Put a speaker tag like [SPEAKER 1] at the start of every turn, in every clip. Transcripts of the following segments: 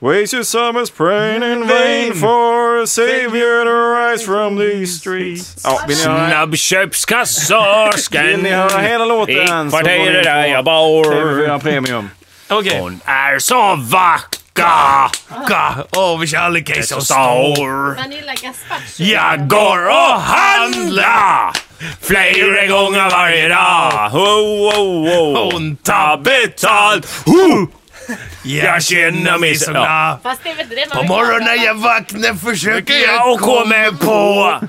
[SPEAKER 1] Waste your summers praying in Mm, vain for a savior to rise from these streets. Ja, vill ni höra, vill
[SPEAKER 2] Snabbköpskassorskan
[SPEAKER 1] ni höra hela låten
[SPEAKER 2] i
[SPEAKER 1] så går ni
[SPEAKER 2] kvarteret där jag
[SPEAKER 1] på
[SPEAKER 2] bor.
[SPEAKER 1] TV4 Premium.
[SPEAKER 3] Okej.
[SPEAKER 2] Hon är så vacker.
[SPEAKER 3] Ga, Av kärlek är så stor.
[SPEAKER 4] Vanilla gazpacho.
[SPEAKER 2] Jag går och handlar flera gånger varje dag. Oh, oh, oh. Hon tar betalt. Oh. Jag känner mig så... Ja.
[SPEAKER 3] Ja.
[SPEAKER 4] Fast det är väl inte det man
[SPEAKER 3] På
[SPEAKER 4] vill
[SPEAKER 3] morgonen
[SPEAKER 4] ha,
[SPEAKER 3] när jag vaknar försöker jag
[SPEAKER 2] Jag kommer på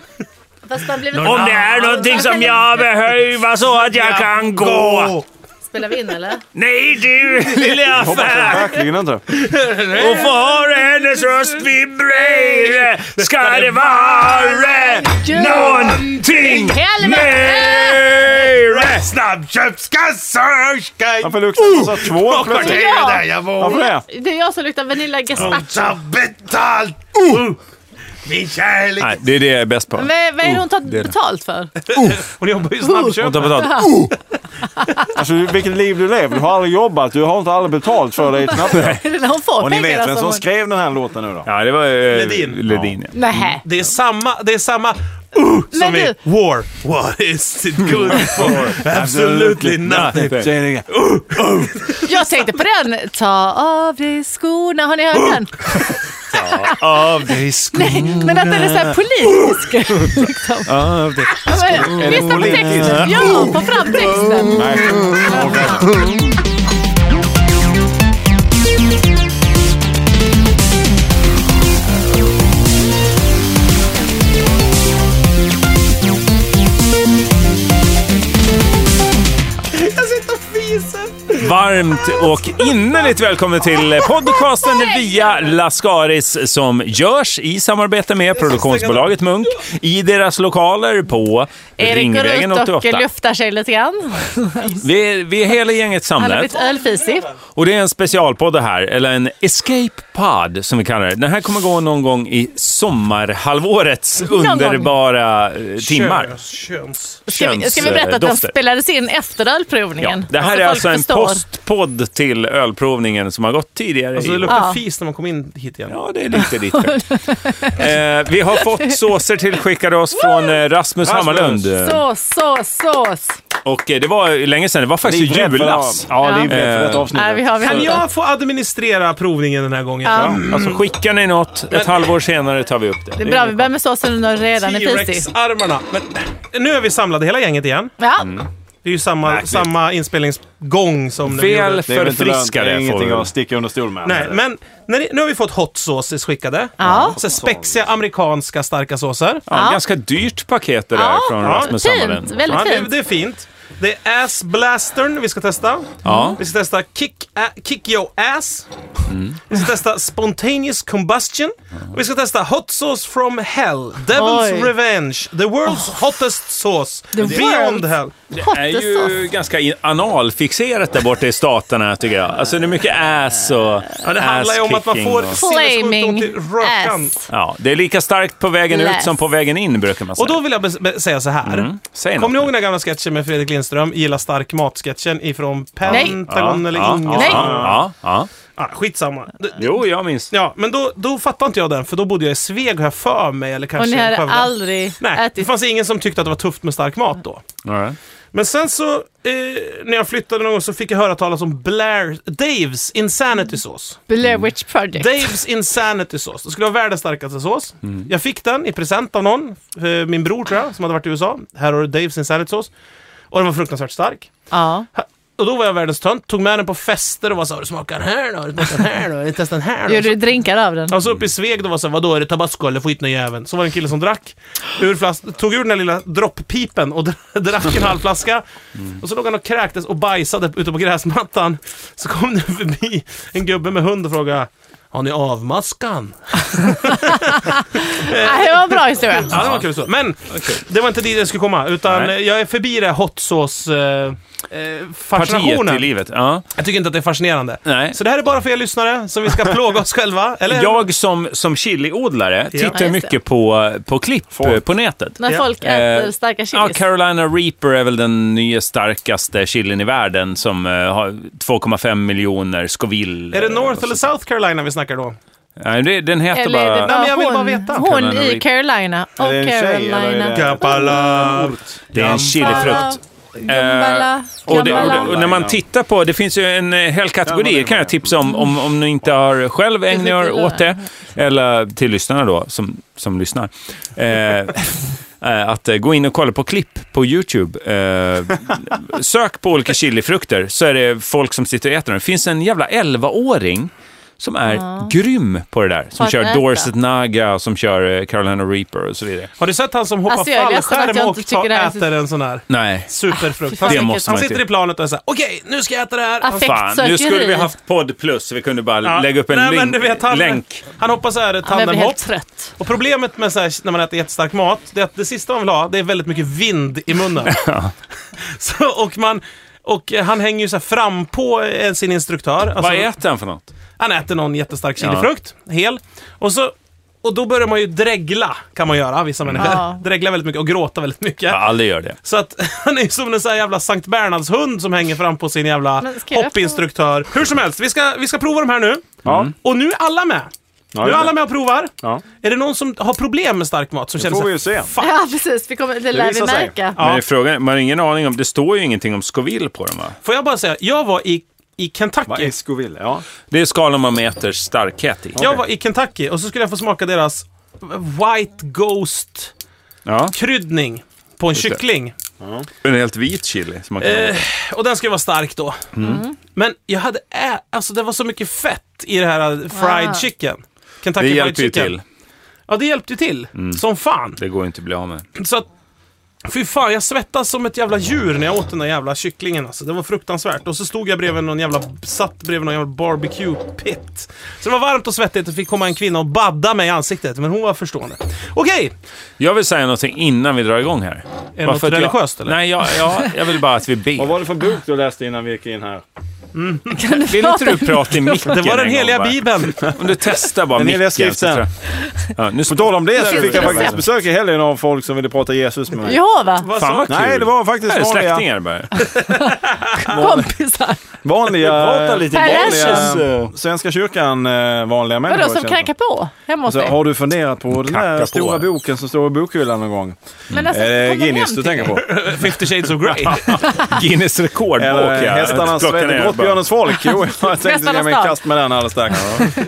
[SPEAKER 4] Fast man blir väl
[SPEAKER 2] om det är någonting som jag behöver så att jag kan gå.
[SPEAKER 4] Spelar vi in eller?
[SPEAKER 2] Nej du lilla
[SPEAKER 1] Hoppas jag
[SPEAKER 2] affär.
[SPEAKER 1] alltså, verkligen inte.
[SPEAKER 2] Och för hennes röst vibrera ska det vara någonting mera.
[SPEAKER 3] Snabbköpskassörska.
[SPEAKER 1] Varför luktar det massa tvål
[SPEAKER 3] På
[SPEAKER 1] plötsligt?
[SPEAKER 3] kvarteret där jag
[SPEAKER 1] Varför
[SPEAKER 3] bor.
[SPEAKER 1] det?
[SPEAKER 4] Det är jag som luktar vanilla
[SPEAKER 3] Hon
[SPEAKER 4] gazpacho.
[SPEAKER 3] tar betalt.
[SPEAKER 2] Uh,
[SPEAKER 3] Oh. Min kärlek.
[SPEAKER 1] Nej, det är det jag är bäst på.
[SPEAKER 4] Men vad är det hon tar betalt för?
[SPEAKER 3] Hon jobbar ju snabbt.
[SPEAKER 1] Hon tar betalt. Oh! Alltså vilket liv du lever. Du har aldrig jobbat. Du har inte aldrig betalt för dig knappt.
[SPEAKER 4] Är det när hon får
[SPEAKER 1] Och ni
[SPEAKER 4] pengar
[SPEAKER 1] vet vem
[SPEAKER 4] alltså?
[SPEAKER 1] som skrev den här låten nu då?
[SPEAKER 2] Ja, det var
[SPEAKER 1] eh,
[SPEAKER 3] Ledin.
[SPEAKER 2] Ledin. ja.
[SPEAKER 4] Nähä.
[SPEAKER 3] Det är samma, det är samma uh,
[SPEAKER 4] Men
[SPEAKER 3] som i
[SPEAKER 4] du-
[SPEAKER 3] War. What is it good for? Absolutely nothing.
[SPEAKER 1] Säger ni-
[SPEAKER 4] Jag tänkte på den. Ta av dig skorna. Har ni hört den?
[SPEAKER 2] Av dig
[SPEAKER 4] Nej, men att den är så här politisk. liksom. Men,
[SPEAKER 1] Är det
[SPEAKER 4] Lyssna på
[SPEAKER 1] politisk?
[SPEAKER 4] texten. Ja, ta fram
[SPEAKER 5] Oh!
[SPEAKER 4] texten.
[SPEAKER 1] Nej. Mm.
[SPEAKER 3] Jag sitter och fiser.
[SPEAKER 2] Varmt och innerligt välkommen till podcasten via Lascaris som görs i samarbete med produktionsbolaget Munk i deras lokaler på
[SPEAKER 4] Erik går
[SPEAKER 2] Ringvägen
[SPEAKER 4] ut och
[SPEAKER 2] 88.
[SPEAKER 4] luftar sig lite grann.
[SPEAKER 2] Vi är, vi är hela gänget
[SPEAKER 4] Han har
[SPEAKER 2] samlat.
[SPEAKER 4] blivit ölfisig.
[SPEAKER 2] Och det är en specialpodd det här, eller en escape pod som vi kallar det. Den här kommer gå någon gång i sommarhalvårets
[SPEAKER 4] gång.
[SPEAKER 2] underbara eh, timmar.
[SPEAKER 3] Köns, köns.
[SPEAKER 4] Ska vi, ska vi berätta att den
[SPEAKER 2] Könsdofter.
[SPEAKER 4] spelades in efter
[SPEAKER 2] eh, Ja,
[SPEAKER 4] ölprovningen?
[SPEAKER 2] det här
[SPEAKER 4] Så
[SPEAKER 2] är
[SPEAKER 4] folk
[SPEAKER 2] alltså en
[SPEAKER 4] förstår.
[SPEAKER 2] postpodd till ölprovningen som har gått tidigare.
[SPEAKER 3] Alltså
[SPEAKER 2] i
[SPEAKER 3] det luktar
[SPEAKER 4] Ja.
[SPEAKER 3] fis när man kommer in hit igen.
[SPEAKER 2] Ja, det är lite ditt skämt. eh, Vi har fått såser tillskickade oss från eh, Rasmus Hammarlund.
[SPEAKER 4] Sås, sås, sås.
[SPEAKER 2] Och eh, det var ju länge sedan, det var faktiskt
[SPEAKER 1] Livrädd för det här.
[SPEAKER 2] julas.
[SPEAKER 1] Ja, livrädd för detta
[SPEAKER 2] Eh,
[SPEAKER 4] Nej, vi
[SPEAKER 1] avsnittet.
[SPEAKER 4] har, vi har
[SPEAKER 3] Kan
[SPEAKER 4] inte.
[SPEAKER 3] jag få administrera provningen den här gången?
[SPEAKER 4] Ja.
[SPEAKER 2] Alltså skickar ni något, ett halvår senare tar vi upp det.
[SPEAKER 4] Mm. Det är bra, vi börjar med såsen när den redan är fisig.
[SPEAKER 3] T-Rex-armarna. Men nu är vi samlade, hela gänget igen.
[SPEAKER 4] Ja,
[SPEAKER 3] Det är ju samma, samma inspelningsgång som när vi
[SPEAKER 2] Väl
[SPEAKER 3] gjorde-
[SPEAKER 1] Det är väl inte lönt. Det
[SPEAKER 2] förfriskade
[SPEAKER 1] är
[SPEAKER 2] får vi
[SPEAKER 1] ingenting
[SPEAKER 2] väl.
[SPEAKER 1] att sticka under stol med.
[SPEAKER 3] Nej, men när ni, nu har vi fått hot sauces skickade.
[SPEAKER 4] Ja.
[SPEAKER 3] Så spexiga amerikanska starka såser.
[SPEAKER 2] Ja,
[SPEAKER 4] Ja.
[SPEAKER 2] ganska dyrt paket det där
[SPEAKER 4] Ja,
[SPEAKER 2] från
[SPEAKER 3] ja,
[SPEAKER 2] Rasmus
[SPEAKER 4] fint.
[SPEAKER 2] Sammarén.
[SPEAKER 4] Väldigt
[SPEAKER 3] Ja, det,
[SPEAKER 4] fint.
[SPEAKER 3] det är fint. Det är ass blastern vi ska testa.
[SPEAKER 2] Ja.
[SPEAKER 3] Vi ska testa kick, a, kick your ass. Vi ska testa spontaneous combustion. Och vi ska testa hot sauce from hell. Devil's
[SPEAKER 4] Oj. Oh.
[SPEAKER 3] revenge. The world's hottest sauce.
[SPEAKER 4] The
[SPEAKER 3] Beyond
[SPEAKER 4] world's-
[SPEAKER 3] hell.
[SPEAKER 2] Det är ju ganska i- analfixerat där borta i staterna tycker jag. Alltså det är mycket ass och
[SPEAKER 3] Ja, det handlar ju om att man
[SPEAKER 2] ass-kicking
[SPEAKER 3] får
[SPEAKER 2] och-
[SPEAKER 3] sinnessjukt ont i
[SPEAKER 4] Flaming
[SPEAKER 3] rökan.
[SPEAKER 4] ass.
[SPEAKER 2] Ja, det är lika starkt på vägen ut
[SPEAKER 4] Läs.
[SPEAKER 2] som på vägen in brukar man säga.
[SPEAKER 3] Och då vill jag bes- be- säga så här.
[SPEAKER 2] Säg
[SPEAKER 3] Kommer ni
[SPEAKER 2] något.
[SPEAKER 3] ihåg den här gamla sketchen med Fredrik Lindström? Gilla stark mat-sketchen ifrån Pentagon
[SPEAKER 2] Ja,
[SPEAKER 3] eller
[SPEAKER 2] ja,
[SPEAKER 3] Inget?
[SPEAKER 2] ja,
[SPEAKER 4] Nej.
[SPEAKER 2] Ja, ja.
[SPEAKER 3] Ah, skitsamma. D-
[SPEAKER 2] Jo, jag minns.
[SPEAKER 3] Ja, men då, då fattade inte jag den, för då bodde jag i Sveg har jag för mig. Eller
[SPEAKER 4] Och
[SPEAKER 3] kanske
[SPEAKER 4] ni
[SPEAKER 3] i
[SPEAKER 4] har
[SPEAKER 3] Skövde.
[SPEAKER 4] aldrig
[SPEAKER 3] Nej, det
[SPEAKER 4] ätit...
[SPEAKER 3] fanns ingen som tyckte att det var tufft med stark mat då.
[SPEAKER 2] All right.
[SPEAKER 3] Men sen så, eh, när jag flyttade någon gång så fick jag höra talas om Blair, Daves Insanity Sauce.
[SPEAKER 4] Blair Witch Project.
[SPEAKER 3] Daves Insanity Sauce. Det skulle vara världens starkaste sås. Jag fick den i present av någon, eh, min bror tror jag, som hade varit i USA. Här har du Daves Insanity Sauce. Och den var fruktansvärt stark.
[SPEAKER 4] Ja.
[SPEAKER 3] Och då var jag världens tönt, tog med den på fester och var såhär, smakar den här då? Har du smakat den här då? Har du testat den här då?
[SPEAKER 4] Gjorde du drinkar av den?
[SPEAKER 3] Han så upp i Sveg då var så här, vadå är det tabasco eller skit nu jäveln? Så var det en kille som drack ur flas- tog ur den där lilla dropppipen och drack en halv flaska. Och så låg han och kräktes och bajsade ute på gräsmattan. Så kom det förbi en gubbe med hund och frågade har ni avmaskan?
[SPEAKER 4] Nej, det var en bra historia.
[SPEAKER 3] Ja, det var kul så. Men det var inte dit jag skulle komma, utan
[SPEAKER 2] Nej.
[SPEAKER 3] eh, jag är förbi det här hot sauce, eh, eh,
[SPEAKER 2] Partiet i
[SPEAKER 3] fascinationen.
[SPEAKER 2] livet. Ja.
[SPEAKER 3] Jag tycker inte att det är fascinerande.
[SPEAKER 2] Nej.
[SPEAKER 3] Så det här är bara för er lyssnare, som vi ska plåga oss själva. Eller?
[SPEAKER 2] Jag som, som chiliodlare
[SPEAKER 3] Ja,
[SPEAKER 2] tittar
[SPEAKER 4] just det.
[SPEAKER 2] det. mycket på, på klipp
[SPEAKER 1] Folk.
[SPEAKER 2] eh, på nätet.
[SPEAKER 4] När
[SPEAKER 3] Ja.
[SPEAKER 4] folk äter
[SPEAKER 2] Eh,
[SPEAKER 4] starka
[SPEAKER 2] Ja,
[SPEAKER 4] chilis.
[SPEAKER 2] Carolina Reaper är väl den nya starkaste chilin i världen som eh, har 2,5 miljoner Scoville.
[SPEAKER 3] Är det
[SPEAKER 2] eh, och
[SPEAKER 3] North
[SPEAKER 2] så-
[SPEAKER 3] eller South Carolina vi verkar då.
[SPEAKER 2] Nej, det, den heter
[SPEAKER 4] Eller är det
[SPEAKER 2] bara...
[SPEAKER 3] Nej, men jag vill
[SPEAKER 4] hon,
[SPEAKER 3] bara veta.
[SPEAKER 4] hon
[SPEAKER 2] Carolina
[SPEAKER 4] i
[SPEAKER 2] Reap.
[SPEAKER 4] Carolina? Och
[SPEAKER 5] Är det en tjej, eller är
[SPEAKER 4] Carolina.
[SPEAKER 5] det-
[SPEAKER 3] Kappalat.
[SPEAKER 2] Det är en chilifrukt.
[SPEAKER 4] Gambala.
[SPEAKER 2] Eh, Och, det, och,
[SPEAKER 4] Gambala.
[SPEAKER 2] det, och när man tittar på, det finns ju en eh,
[SPEAKER 5] Ja,
[SPEAKER 2] helkategori,
[SPEAKER 5] det
[SPEAKER 2] kan jag tipsa om, om, om ni inte har själv ägnat er åt det, eller till lyssnarna då, som, som lyssnar. Eh, eh, att eh, gå in och kolla på klipp på YouTube. Eh, sök på olika chilifrukter, så är det folk som sitter och äter dem. Det finns en jävla 11-åring som är grym på det där. Som
[SPEAKER 4] Att
[SPEAKER 2] kör
[SPEAKER 4] äta.
[SPEAKER 2] Dorset Naga, och som kör eh, Carolina Reaper och så vidare.
[SPEAKER 3] Har du sett han som hoppar
[SPEAKER 4] Alltså, jag är ledsen att
[SPEAKER 3] fallskärm
[SPEAKER 4] jag
[SPEAKER 3] och
[SPEAKER 4] inte tycker
[SPEAKER 3] tar,
[SPEAKER 4] det här är så-
[SPEAKER 3] äter en sån här
[SPEAKER 2] Nej.
[SPEAKER 3] superfrukt?
[SPEAKER 4] Ah, fy fan.
[SPEAKER 3] Han,
[SPEAKER 2] Det
[SPEAKER 4] Ah.
[SPEAKER 2] måste
[SPEAKER 3] han
[SPEAKER 2] man inte.
[SPEAKER 3] sitter i planet och säger okej, nu ska jag äta det här. Han,
[SPEAKER 4] Affekt
[SPEAKER 2] Fan, nu
[SPEAKER 4] söker
[SPEAKER 2] skulle vi
[SPEAKER 4] i.
[SPEAKER 2] haft podd plus, vi kunde bara
[SPEAKER 3] Ja.
[SPEAKER 2] lägga upp en
[SPEAKER 3] Nej, men
[SPEAKER 2] link,
[SPEAKER 3] du vet, han,
[SPEAKER 2] länk.
[SPEAKER 3] Han hoppar så här ett
[SPEAKER 4] Han blev
[SPEAKER 3] tandemhopp.
[SPEAKER 4] helt trött.
[SPEAKER 3] Och problemet med så här, när man äter jättestark mat, det är att det sista man vill ha, det är väldigt mycket vind i munnen. så, och man... Och eh, han hänger ju så här fram på eh, sin instruktör. Alltså,
[SPEAKER 2] Vad äter han för något?
[SPEAKER 3] Han äter någon jättestark chilifrukt, hel. Och, så, och då börjar man ju dregla, kan man göra, vissa människor.
[SPEAKER 4] Ja.
[SPEAKER 3] Dregla väldigt mycket och gråta väldigt mycket.
[SPEAKER 2] Jag aldrig gör det.
[SPEAKER 3] Så att han är ju som en sån här jävla Sankt Bernhards hund som hänger fram på sin jävla
[SPEAKER 4] Men ska jag
[SPEAKER 3] hoppinstruktör. Hur som helst, vi ska, vi ska prova de här nu. Mm.
[SPEAKER 5] Ja.
[SPEAKER 3] Och nu är alla med.
[SPEAKER 5] Ja,
[SPEAKER 3] nu är
[SPEAKER 5] det.
[SPEAKER 3] alla med och provar.
[SPEAKER 5] Ja.
[SPEAKER 3] Är det någon som har problem med stark mat som
[SPEAKER 5] Det
[SPEAKER 3] känner
[SPEAKER 5] får vi
[SPEAKER 3] sig...
[SPEAKER 5] ju se.
[SPEAKER 2] Ah.
[SPEAKER 4] Ja, precis. Vi kommer, det lär vi
[SPEAKER 5] visar sig.
[SPEAKER 4] märka.
[SPEAKER 3] Ja.
[SPEAKER 2] Men frågan, man har ingen aning om, det står ju ingenting om Scoville på dem va?
[SPEAKER 3] Får jag bara säga, jag var i, i
[SPEAKER 5] Vad
[SPEAKER 3] Kentucky.
[SPEAKER 5] Esko ville, ja.
[SPEAKER 2] Det är skalan man mäter starkhet i.
[SPEAKER 3] Jag var i Kentucky och så skulle jag få smaka deras White Ghost-kryddning
[SPEAKER 2] Ja.
[SPEAKER 3] på en kyckling.
[SPEAKER 2] En helt vit chili. Som man kan
[SPEAKER 3] Eh, och den ska ju vara stark då.
[SPEAKER 5] Mm.
[SPEAKER 4] Mm.
[SPEAKER 3] Men jag hade ä- alltså det var så mycket fett i det här fried
[SPEAKER 4] Ah.
[SPEAKER 3] chicken. Kentucky
[SPEAKER 2] det
[SPEAKER 3] fried
[SPEAKER 2] hjälper ju
[SPEAKER 3] chicken.
[SPEAKER 2] till.
[SPEAKER 3] Ja, det hjälpte ju till.
[SPEAKER 2] Mm.
[SPEAKER 3] Som fan.
[SPEAKER 2] Det går inte att bli av med.
[SPEAKER 3] Så att, fy fan, jag svettas som ett jävla djur när jag åt den där jävla kycklingen alltså. Det var fruktansvärt. Och så stod jag bredvid någon jävla, satt bredvid någon jävla barbecue pit. Så det var varmt och svettigt och fick komma en kvinna och badda mig i ansiktet. Men hon var förstående. Okej!
[SPEAKER 2] Jag vill säga någonting innan vi drar igång här.
[SPEAKER 3] Är det
[SPEAKER 2] Bara
[SPEAKER 3] något
[SPEAKER 2] för att
[SPEAKER 3] religiöst,
[SPEAKER 2] jag,
[SPEAKER 3] eller?
[SPEAKER 2] Nej, jag, jag, jag vill bara att vi
[SPEAKER 5] Vad
[SPEAKER 2] ber.
[SPEAKER 5] var det för bok du läste innan vi gick in här?
[SPEAKER 2] Vill inte du prata i micken
[SPEAKER 3] Det var den
[SPEAKER 2] en gång,
[SPEAKER 3] heliga
[SPEAKER 2] va?
[SPEAKER 3] bibeln.
[SPEAKER 2] Om du testar bara
[SPEAKER 5] Den heliga
[SPEAKER 2] micken. så
[SPEAKER 5] skriften.
[SPEAKER 2] tror jag- Ja, nu
[SPEAKER 3] Alltså,
[SPEAKER 5] På tal om det så fick jag
[SPEAKER 4] recept.
[SPEAKER 5] faktiskt besök i helgen av folk som ville prata Jesus med mig.
[SPEAKER 4] Jehova,
[SPEAKER 3] Vad
[SPEAKER 2] Fan
[SPEAKER 3] sa-
[SPEAKER 2] vad kul.
[SPEAKER 5] Nej, det var faktiskt
[SPEAKER 2] Här är
[SPEAKER 5] vanliga...
[SPEAKER 2] släktingar bara.
[SPEAKER 4] kompisar.
[SPEAKER 5] Vanliga...
[SPEAKER 2] Prata lite
[SPEAKER 4] Per
[SPEAKER 2] Jesus.
[SPEAKER 3] Alltså,
[SPEAKER 5] vanliga Svenska kyrkan eh, vanliga människor.
[SPEAKER 4] Vadå, som
[SPEAKER 5] känns det
[SPEAKER 4] knackar på hemma hos
[SPEAKER 5] Alltså,
[SPEAKER 4] dig?
[SPEAKER 5] har du funderat på den
[SPEAKER 2] Knacka
[SPEAKER 5] där
[SPEAKER 2] på.
[SPEAKER 5] stora boken som står i bokhyllan någon gång?
[SPEAKER 4] Men alltså,
[SPEAKER 5] Är det
[SPEAKER 4] kommer hem
[SPEAKER 5] Eh, Guinness du
[SPEAKER 4] till
[SPEAKER 5] tänker
[SPEAKER 4] dig?
[SPEAKER 5] på?
[SPEAKER 3] 50 shades of Grey.
[SPEAKER 2] Guinness rekordbok
[SPEAKER 5] Eller
[SPEAKER 2] ja.
[SPEAKER 5] hästarnas
[SPEAKER 2] Plocka ner
[SPEAKER 5] väder, Grottbjörnens folk. Jo, jag tänkte ge
[SPEAKER 4] Västarnas
[SPEAKER 5] mig i
[SPEAKER 4] dag.
[SPEAKER 5] kast med den alldeles strax.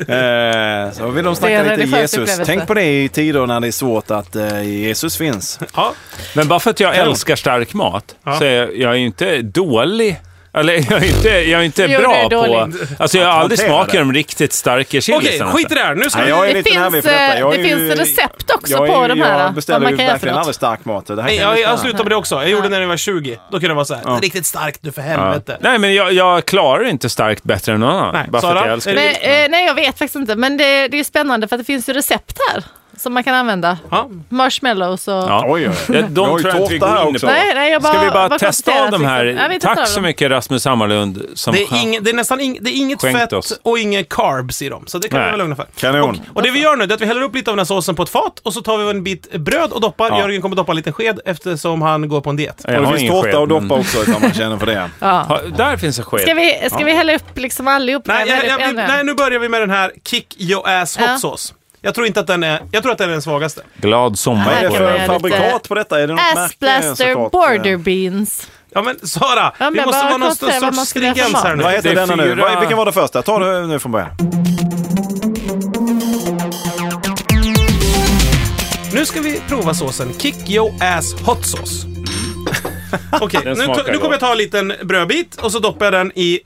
[SPEAKER 5] Eh, Så vill de
[SPEAKER 4] Det
[SPEAKER 5] snacka
[SPEAKER 4] är en
[SPEAKER 5] lite
[SPEAKER 4] religiös
[SPEAKER 5] Jesus.
[SPEAKER 4] upplevelse.
[SPEAKER 5] Tänk på det i tider när det är svårt att eh, Jesus finns.
[SPEAKER 3] Ja.
[SPEAKER 2] Men bara för att jag älskar stark mat så är jag, jag är ju inte dålig. Eller jag är inte, jag är inte
[SPEAKER 4] Jo,
[SPEAKER 2] bra
[SPEAKER 4] det är
[SPEAKER 2] på...
[SPEAKER 4] dåligt.
[SPEAKER 2] Alltså jag har aldrig
[SPEAKER 5] hantera
[SPEAKER 2] smakat
[SPEAKER 5] det.
[SPEAKER 2] de riktigt starka alltså.
[SPEAKER 3] Okej,
[SPEAKER 2] chilisarna.
[SPEAKER 3] skit i det här. Nu ska
[SPEAKER 5] Nej,
[SPEAKER 3] vi...
[SPEAKER 5] jag är
[SPEAKER 4] Det
[SPEAKER 5] lite
[SPEAKER 4] finns,
[SPEAKER 5] nervig för detta. Jag
[SPEAKER 4] eh, det
[SPEAKER 5] är
[SPEAKER 4] finns recept också
[SPEAKER 5] jag är-
[SPEAKER 4] på de här,
[SPEAKER 5] Jag
[SPEAKER 4] vad
[SPEAKER 5] beställer
[SPEAKER 4] man
[SPEAKER 5] ju
[SPEAKER 4] kan göra för
[SPEAKER 5] verkligen
[SPEAKER 4] något.
[SPEAKER 5] aldrig stark mat. Det här
[SPEAKER 3] Nej,
[SPEAKER 5] kan
[SPEAKER 3] jag
[SPEAKER 5] bli
[SPEAKER 3] jag
[SPEAKER 5] spännande.
[SPEAKER 3] slutade med det också. Jag gjorde det när jag var 20. Då kunde det vara så här. Riktigt starkt nu för helvete.
[SPEAKER 2] Nej, men jag, jag klarar inte starkt bättre än någon annan.
[SPEAKER 3] Nej,
[SPEAKER 2] bara för att
[SPEAKER 3] Sara?
[SPEAKER 2] jag älskar
[SPEAKER 3] Är
[SPEAKER 2] det.
[SPEAKER 3] det-
[SPEAKER 4] Men, eh, nej, jag vet faktiskt inte. Men det, det är spännande för att det finns ju recept här som man kan använda.
[SPEAKER 3] Ja.
[SPEAKER 4] Marshmallows och...
[SPEAKER 2] Ja.
[SPEAKER 5] Oj, oj,
[SPEAKER 2] Ja,
[SPEAKER 5] oj.
[SPEAKER 2] De
[SPEAKER 5] har ju
[SPEAKER 2] tror jag inte vi
[SPEAKER 5] tårta
[SPEAKER 2] går
[SPEAKER 5] här
[SPEAKER 2] in
[SPEAKER 5] också.
[SPEAKER 2] på.
[SPEAKER 4] Nej, nej, jag bara,
[SPEAKER 2] Ska vi bara testa
[SPEAKER 4] konstaterar
[SPEAKER 2] av de här?
[SPEAKER 4] liksom. Ja, vi testar
[SPEAKER 2] Tack
[SPEAKER 4] av
[SPEAKER 2] så
[SPEAKER 4] dem.
[SPEAKER 2] mycket Rasmus Hammarlund som
[SPEAKER 3] Det, är ing, det är nästan ing, det är inget
[SPEAKER 2] Skänkt
[SPEAKER 3] fett
[SPEAKER 2] oss.
[SPEAKER 3] och inget carbs i dem. Så det kan vi
[SPEAKER 2] Nej.
[SPEAKER 3] vara lugna för.
[SPEAKER 5] Kanon.
[SPEAKER 3] Och det vi
[SPEAKER 2] Alltså.
[SPEAKER 3] gör nu det är att vi häller upp lite av den här såsen på ett fat och så tar vi en bit bröd och doppar.
[SPEAKER 2] Ja.
[SPEAKER 3] Jörgen kommer doppa en liten sked eftersom han går på en diet.
[SPEAKER 2] Jag
[SPEAKER 5] Och
[SPEAKER 2] har
[SPEAKER 5] det finns
[SPEAKER 2] ingen sked,
[SPEAKER 5] tårta och
[SPEAKER 2] men-
[SPEAKER 5] doppa också ifall man känner för det.
[SPEAKER 4] Ja.
[SPEAKER 2] Ha, Där finns en sked.
[SPEAKER 4] Ska vi, ska vi hälla upp liksom allihop?
[SPEAKER 3] Nej, jag, jag,
[SPEAKER 4] en- en-
[SPEAKER 3] nej, nu börjar vi med den här Kick Your Ass Hot
[SPEAKER 4] Ja.
[SPEAKER 3] Sauce. Jag tror inte att den är, jag tror att den är den svagaste.
[SPEAKER 2] Glad
[SPEAKER 5] Vad
[SPEAKER 2] sommar
[SPEAKER 5] är
[SPEAKER 4] Här
[SPEAKER 5] det
[SPEAKER 2] på
[SPEAKER 4] kan
[SPEAKER 2] er.
[SPEAKER 4] man
[SPEAKER 5] för
[SPEAKER 4] göra
[SPEAKER 5] fabrikat
[SPEAKER 4] lite
[SPEAKER 5] på detta? Är det något
[SPEAKER 4] Ass
[SPEAKER 5] märke?
[SPEAKER 4] Blaster
[SPEAKER 5] såklart? eh,
[SPEAKER 4] Border Beans.
[SPEAKER 3] Ja men Sara,
[SPEAKER 4] Ja, men
[SPEAKER 3] vi
[SPEAKER 4] jag
[SPEAKER 3] måste
[SPEAKER 4] bara
[SPEAKER 3] vara någon
[SPEAKER 4] kort säga vad man
[SPEAKER 3] sorts
[SPEAKER 4] skulle göra för
[SPEAKER 3] stringens här
[SPEAKER 4] mat.
[SPEAKER 5] Vad
[SPEAKER 3] nu.
[SPEAKER 5] heter
[SPEAKER 2] Det är
[SPEAKER 5] denna nu?
[SPEAKER 2] fyra-
[SPEAKER 5] Vad- Vilken var det första? Ta det nu från början.
[SPEAKER 3] Nu ska vi prova såsen Kick Your Ass Hot Sauce. Okej,
[SPEAKER 2] Den
[SPEAKER 3] nu,
[SPEAKER 2] smakar
[SPEAKER 3] nu
[SPEAKER 2] gott.
[SPEAKER 3] kommer jag ta en liten brödbit och så doppar jag den i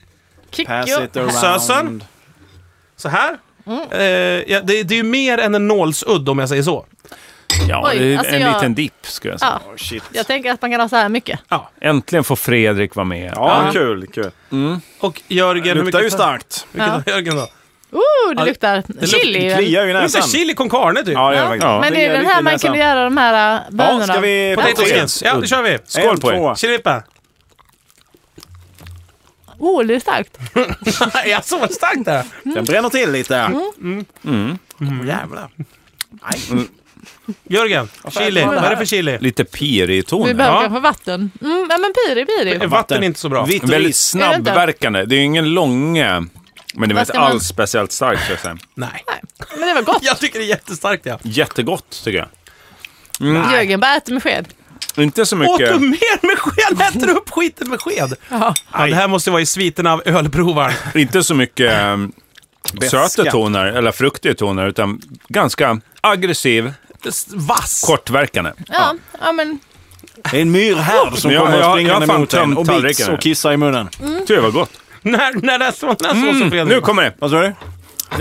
[SPEAKER 4] Kick
[SPEAKER 5] Pass
[SPEAKER 4] your-
[SPEAKER 5] it around.
[SPEAKER 3] Sösen? så här.
[SPEAKER 4] Mm.
[SPEAKER 3] Eh, ja, det, det är ju mer än en nålsudd om jag säger så.
[SPEAKER 2] Ja,
[SPEAKER 4] Oj,
[SPEAKER 2] det är
[SPEAKER 4] alltså
[SPEAKER 2] en
[SPEAKER 4] jag-
[SPEAKER 2] liten dipp skulle jag säga.
[SPEAKER 4] Ja,
[SPEAKER 5] Oh, shit.
[SPEAKER 4] jag tänker att man kan ha så här mycket.
[SPEAKER 2] Äntligen får Fredrik vara med.
[SPEAKER 5] Ja, kul. kul.
[SPEAKER 3] Och Jörgen...
[SPEAKER 5] Det luktar ju
[SPEAKER 3] mycket-
[SPEAKER 5] starkt.
[SPEAKER 3] Vilken var Jörgen då?
[SPEAKER 4] Oh, det luktar chili.
[SPEAKER 5] Det
[SPEAKER 4] väl?
[SPEAKER 5] kliar ju i
[SPEAKER 3] Det luktar
[SPEAKER 5] näsan.
[SPEAKER 3] chili con carne typ.
[SPEAKER 5] Ja, det gör
[SPEAKER 4] Ja.
[SPEAKER 5] det faktiskt.
[SPEAKER 2] Ja.
[SPEAKER 4] Men det
[SPEAKER 5] kliar
[SPEAKER 4] är den
[SPEAKER 5] lite
[SPEAKER 4] här
[SPEAKER 5] i
[SPEAKER 4] man
[SPEAKER 5] näsan.
[SPEAKER 4] kunde göra de här äh,
[SPEAKER 5] Ja,
[SPEAKER 4] bönorna.
[SPEAKER 5] ska vi...
[SPEAKER 3] Potato
[SPEAKER 5] på tre?
[SPEAKER 3] skins. Ja, då kör vi.
[SPEAKER 2] Skål på
[SPEAKER 5] En, två.
[SPEAKER 2] er.
[SPEAKER 3] Chilipipa.
[SPEAKER 4] Oh, det är starkt.
[SPEAKER 3] Jaså, vad starkt det är.
[SPEAKER 5] Den bränner till lite. Mm. Mm. Jävlar.
[SPEAKER 3] Jörgen, chili. Vad är det för chili?
[SPEAKER 2] Lite pirrig i
[SPEAKER 4] Vi
[SPEAKER 2] tonen.
[SPEAKER 4] behöver
[SPEAKER 3] Ja.
[SPEAKER 4] kanske vatten. Mm, ja, men piri blir det ju.
[SPEAKER 3] Vatten är inte så bra.
[SPEAKER 5] Vitt och
[SPEAKER 2] Väldigt
[SPEAKER 5] is.
[SPEAKER 4] Är det inte?
[SPEAKER 2] snabbverkande. Det är ju ingen lång... eh, Men det var
[SPEAKER 4] Vad
[SPEAKER 2] inte
[SPEAKER 4] ska man-
[SPEAKER 2] alls speciellt starkt. så att säga.
[SPEAKER 3] Nej.
[SPEAKER 4] Nej, men det var gott.
[SPEAKER 3] Jag tycker det är jättestarkt ja.
[SPEAKER 2] Jättegott tycker jag.
[SPEAKER 4] Jörgen bara äter med sked.
[SPEAKER 2] Inte så
[SPEAKER 3] Åt
[SPEAKER 2] mycket.
[SPEAKER 3] du mer med sked? Äter du upp skiten med sked?
[SPEAKER 4] Ja.
[SPEAKER 3] Ja, det här måste vara i sviten av ölprovaren.
[SPEAKER 2] Inte så mycket ehm,
[SPEAKER 5] Beska.
[SPEAKER 2] söta toner eller fruktiga toner utan ganska aggressiv,
[SPEAKER 3] Vass!
[SPEAKER 2] kortverkande.
[SPEAKER 4] Ja, ja, men
[SPEAKER 5] Det är en myr här som
[SPEAKER 2] Men jag-
[SPEAKER 5] kommer
[SPEAKER 2] jag- jag
[SPEAKER 5] springande
[SPEAKER 2] har fan
[SPEAKER 5] mot en
[SPEAKER 2] tömt
[SPEAKER 5] och bits
[SPEAKER 2] tallriken.
[SPEAKER 5] och kissar i munnen.
[SPEAKER 4] Mm.
[SPEAKER 2] Tyvärr var gott.
[SPEAKER 3] När, när nästa var nästa var så Fredrik?
[SPEAKER 2] Mm, Nu kommer det.
[SPEAKER 5] Vad sa du?